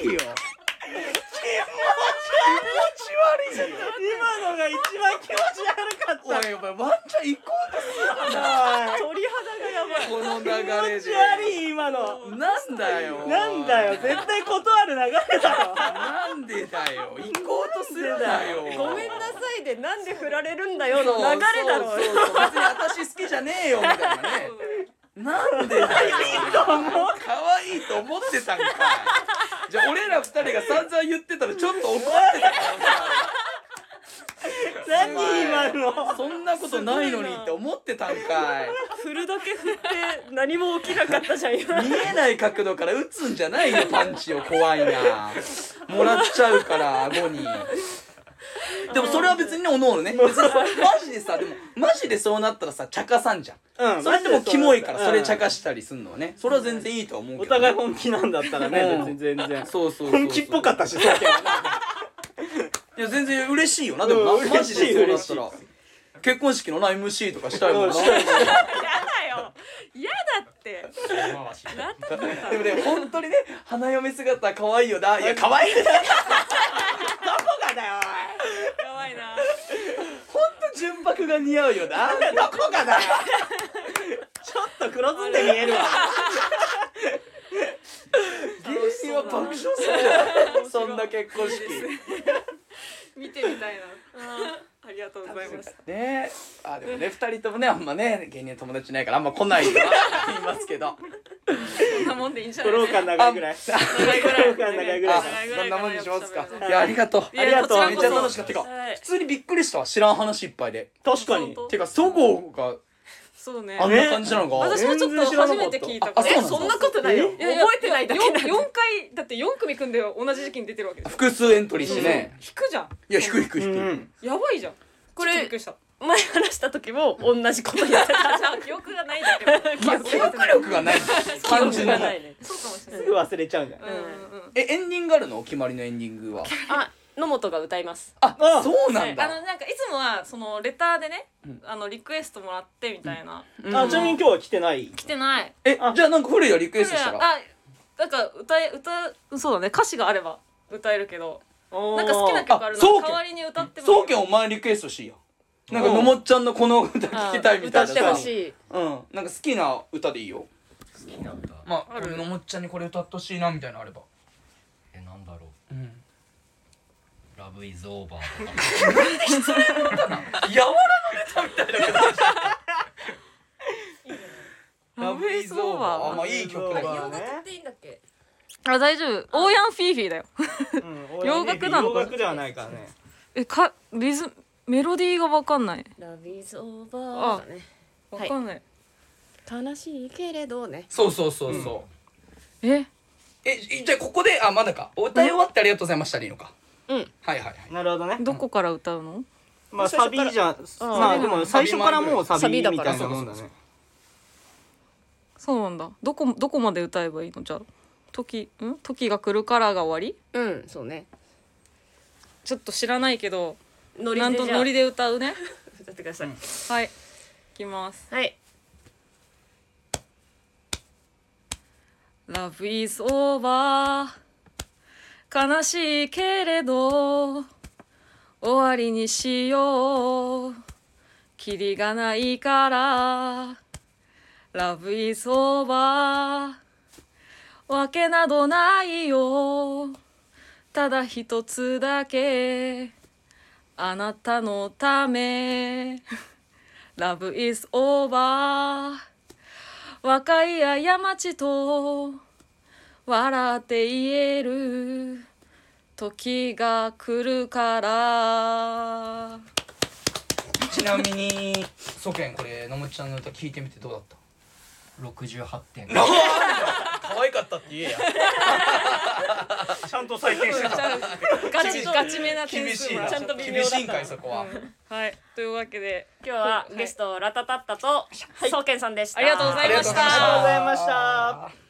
Speaker 3: 気持ち悪いよ
Speaker 5: 今のが一番気持ち悪かっ
Speaker 3: おいお前ワンチャン行こうとする
Speaker 5: たおい
Speaker 1: 鳥肌がやばい
Speaker 3: この流
Speaker 5: 気
Speaker 3: れ
Speaker 5: 持
Speaker 3: で
Speaker 5: ち悪い今の
Speaker 3: なんだよ
Speaker 5: なんだよ絶対断る流れだろ
Speaker 3: なんでだよ行こうとするなよ
Speaker 1: ごめんなさいでなんで振られるんだよ
Speaker 3: そう
Speaker 1: の流れだ
Speaker 3: そ
Speaker 1: ろ
Speaker 3: うそうそう別に私好きじゃねえよみたいなねなんでだよ可愛いと思ってたんかいじゃあ俺ら二人が散々言ってたらちょっと怒ってた
Speaker 5: 何今の
Speaker 3: そんなことないのにって思ってたんかい
Speaker 1: 振るだけ振って何も起きなかったじゃん今
Speaker 3: 見えない角度から打つんじゃないよパンチを怖いなもらっちゃうから顎にでもそれは別にねおのおのね別にさマジでさでもマジでそうなったらさ茶化さんじゃん
Speaker 5: うん
Speaker 3: それでもキモいから
Speaker 5: うん
Speaker 3: それ茶化したりすんのはねそれは全然いいとは思う
Speaker 5: お
Speaker 3: けどね、
Speaker 5: 互い本気なんだったらね
Speaker 3: うん
Speaker 5: 別に全然
Speaker 3: そうそうそうそう
Speaker 5: 本気っぽかったし宗家はない
Speaker 3: や全然嬉しいよなでもな、
Speaker 5: うん
Speaker 3: マジでそうなった
Speaker 5: 嬉
Speaker 3: ら結婚式のな MC とかしたいもんな
Speaker 5: うんしたい
Speaker 2: やだ (laughs) よ嫌だって
Speaker 4: 思う。
Speaker 2: ラタタッタ
Speaker 3: でもね本当にね花嫁姿可愛いよないや可愛いね
Speaker 5: (laughs)
Speaker 2: やばいな
Speaker 3: 純白が似合うよな
Speaker 5: どこがだよちょっと黒ずんで見えるわ
Speaker 3: 芸人は爆笑するじゃん (laughs) そんな結婚式
Speaker 2: (laughs) 見てみたいなありがとうございました
Speaker 3: ねあでもね2人ともねあんまね芸人の友達いないからあんま来ないとは言いますけど
Speaker 2: そんなもんでいいんじゃな
Speaker 5: 五
Speaker 2: い
Speaker 5: 郎館長いぐらい
Speaker 2: 長いぐらい
Speaker 5: 五郎館長いぐら
Speaker 3: あ
Speaker 5: い
Speaker 3: そんなもんにしますか
Speaker 2: はい
Speaker 3: やありがとう
Speaker 2: い
Speaker 5: ありがとう
Speaker 2: こちらこそ
Speaker 3: めっちゃ楽しかったてか
Speaker 2: はい
Speaker 3: 普通にびっくりしたわ知らん話いっぱいで
Speaker 5: 確かに
Speaker 2: 本当
Speaker 3: てかそごうが
Speaker 2: そうね
Speaker 3: あんな感じなのか
Speaker 2: 私もちょっと初めて聞いた
Speaker 3: あそうな
Speaker 2: え
Speaker 3: の
Speaker 2: そん
Speaker 1: そん
Speaker 2: な
Speaker 1: なことないよ
Speaker 2: いやいや
Speaker 1: 覚えてないだけなんだ
Speaker 2: よん四回だって四組組んで同じ時期に出てるわけでしょ
Speaker 3: 複数エントリーしてね
Speaker 2: 引くじゃん
Speaker 3: いや低い低い
Speaker 5: うんう
Speaker 3: 低い
Speaker 5: ん
Speaker 2: やばいじゃん
Speaker 1: こ
Speaker 2: こ
Speaker 1: れ
Speaker 2: れびっくりした
Speaker 1: 前話した時も同じこと言って (laughs) た
Speaker 2: あじゃあ記憶がない (laughs) だけど
Speaker 3: まあ記憶力が
Speaker 5: (laughs)
Speaker 3: ない
Speaker 1: 感
Speaker 3: 感
Speaker 1: じ
Speaker 3: じ
Speaker 1: が
Speaker 3: の
Speaker 1: ないね
Speaker 2: そうかもしれ
Speaker 5: す
Speaker 2: ない
Speaker 5: ぐ忘れちゃうんじゃない
Speaker 2: うんうんうん
Speaker 3: えエンディングあるのお決まりのエンディングは
Speaker 1: あ野本が歌います
Speaker 3: あそうなん
Speaker 2: あ
Speaker 3: だ
Speaker 2: のなんかいつもはそのレターでね、
Speaker 3: ん
Speaker 2: あのリクエストもらってみたいな、
Speaker 3: うん
Speaker 5: あちなみに今日は来てない
Speaker 2: 来てない
Speaker 3: えじゃあなんか古谷リクエストしたら
Speaker 2: あなんか歌え歌そうだね歌詞があれば歌えるけど
Speaker 5: な
Speaker 2: なんか好きな曲ある
Speaker 3: あそう
Speaker 2: の
Speaker 3: けん
Speaker 2: 代わりに歌ってもいい
Speaker 3: そうけんお前リクエストしいやなんかのもっちゃんのこの歌聞きたいみたい
Speaker 1: 歌
Speaker 3: な
Speaker 1: ってほしい
Speaker 3: うんなんか好きな歌でいいよ
Speaker 4: 好きなんだ。
Speaker 3: ま
Speaker 2: ある
Speaker 3: 俺のもっちゃんにこれ歌ってほしいなみたいなのあれば
Speaker 4: えなんだろ
Speaker 3: うん
Speaker 4: う。ラブイズオーバーとか。
Speaker 3: 柔らのネタみたいなラブイズオーバーあまあいい曲だ
Speaker 5: ラブイズオーバー
Speaker 3: ね
Speaker 1: ていいんだっけ
Speaker 2: あ大丈夫オーヤンフィーフィーだよ洋楽なの
Speaker 5: 洋楽ではないからね
Speaker 2: えかリズムメロディーがわかんない
Speaker 1: ラビーズオーバーだね
Speaker 2: わかんない、
Speaker 1: 悲しいけれどね
Speaker 3: そうそうそうそう
Speaker 2: え
Speaker 3: えじゃあここであまだかお歌い終わってありがとうございましたでいいのか
Speaker 2: うん
Speaker 3: はいはいはい
Speaker 5: なるほどね
Speaker 2: どこから歌うの
Speaker 5: まあ
Speaker 1: 最
Speaker 5: サ
Speaker 1: 初
Speaker 5: ビ
Speaker 1: から
Speaker 5: じゃんまあでも最初からもうサ
Speaker 1: サビ
Speaker 5: ビ
Speaker 1: だ
Speaker 5: み
Speaker 1: か
Speaker 5: た
Speaker 1: ら
Speaker 5: いなもんだね
Speaker 2: そうなんだどこどこまで歌えばいいのじゃあ時ん時が来るからが終わり
Speaker 1: うんそうね
Speaker 2: ちょっと知らないけど
Speaker 1: ノリ
Speaker 2: な
Speaker 1: で
Speaker 2: ん
Speaker 1: じゃ
Speaker 2: と
Speaker 1: あ
Speaker 2: ノリで歌うね
Speaker 1: 歌ってください、
Speaker 2: はいいきます
Speaker 1: はい、
Speaker 2: Love is over 悲しいけれど終わりにしようキリがないから Love is over わけなどないよただ一つだけあなたのため Love is over 若い過ちと笑って言える時が来るから
Speaker 3: ちなみにソケンこれのもちゃんの歌聞いてみてどうだった
Speaker 4: 68点
Speaker 3: (laughs) 可愛かったって言えや
Speaker 5: ちゃんと採点してた
Speaker 2: ガチガチめな点
Speaker 3: 厳
Speaker 2: 数
Speaker 3: しい
Speaker 2: も
Speaker 3: な
Speaker 2: ちゃんと微妙だった
Speaker 3: 厳しいんかいそこは、
Speaker 2: はいというわけで
Speaker 1: 今日はゲストラタタッタと、そうけんさんでした
Speaker 2: ありがとうございました
Speaker 3: ありがとうございました
Speaker 5: ありがとうございました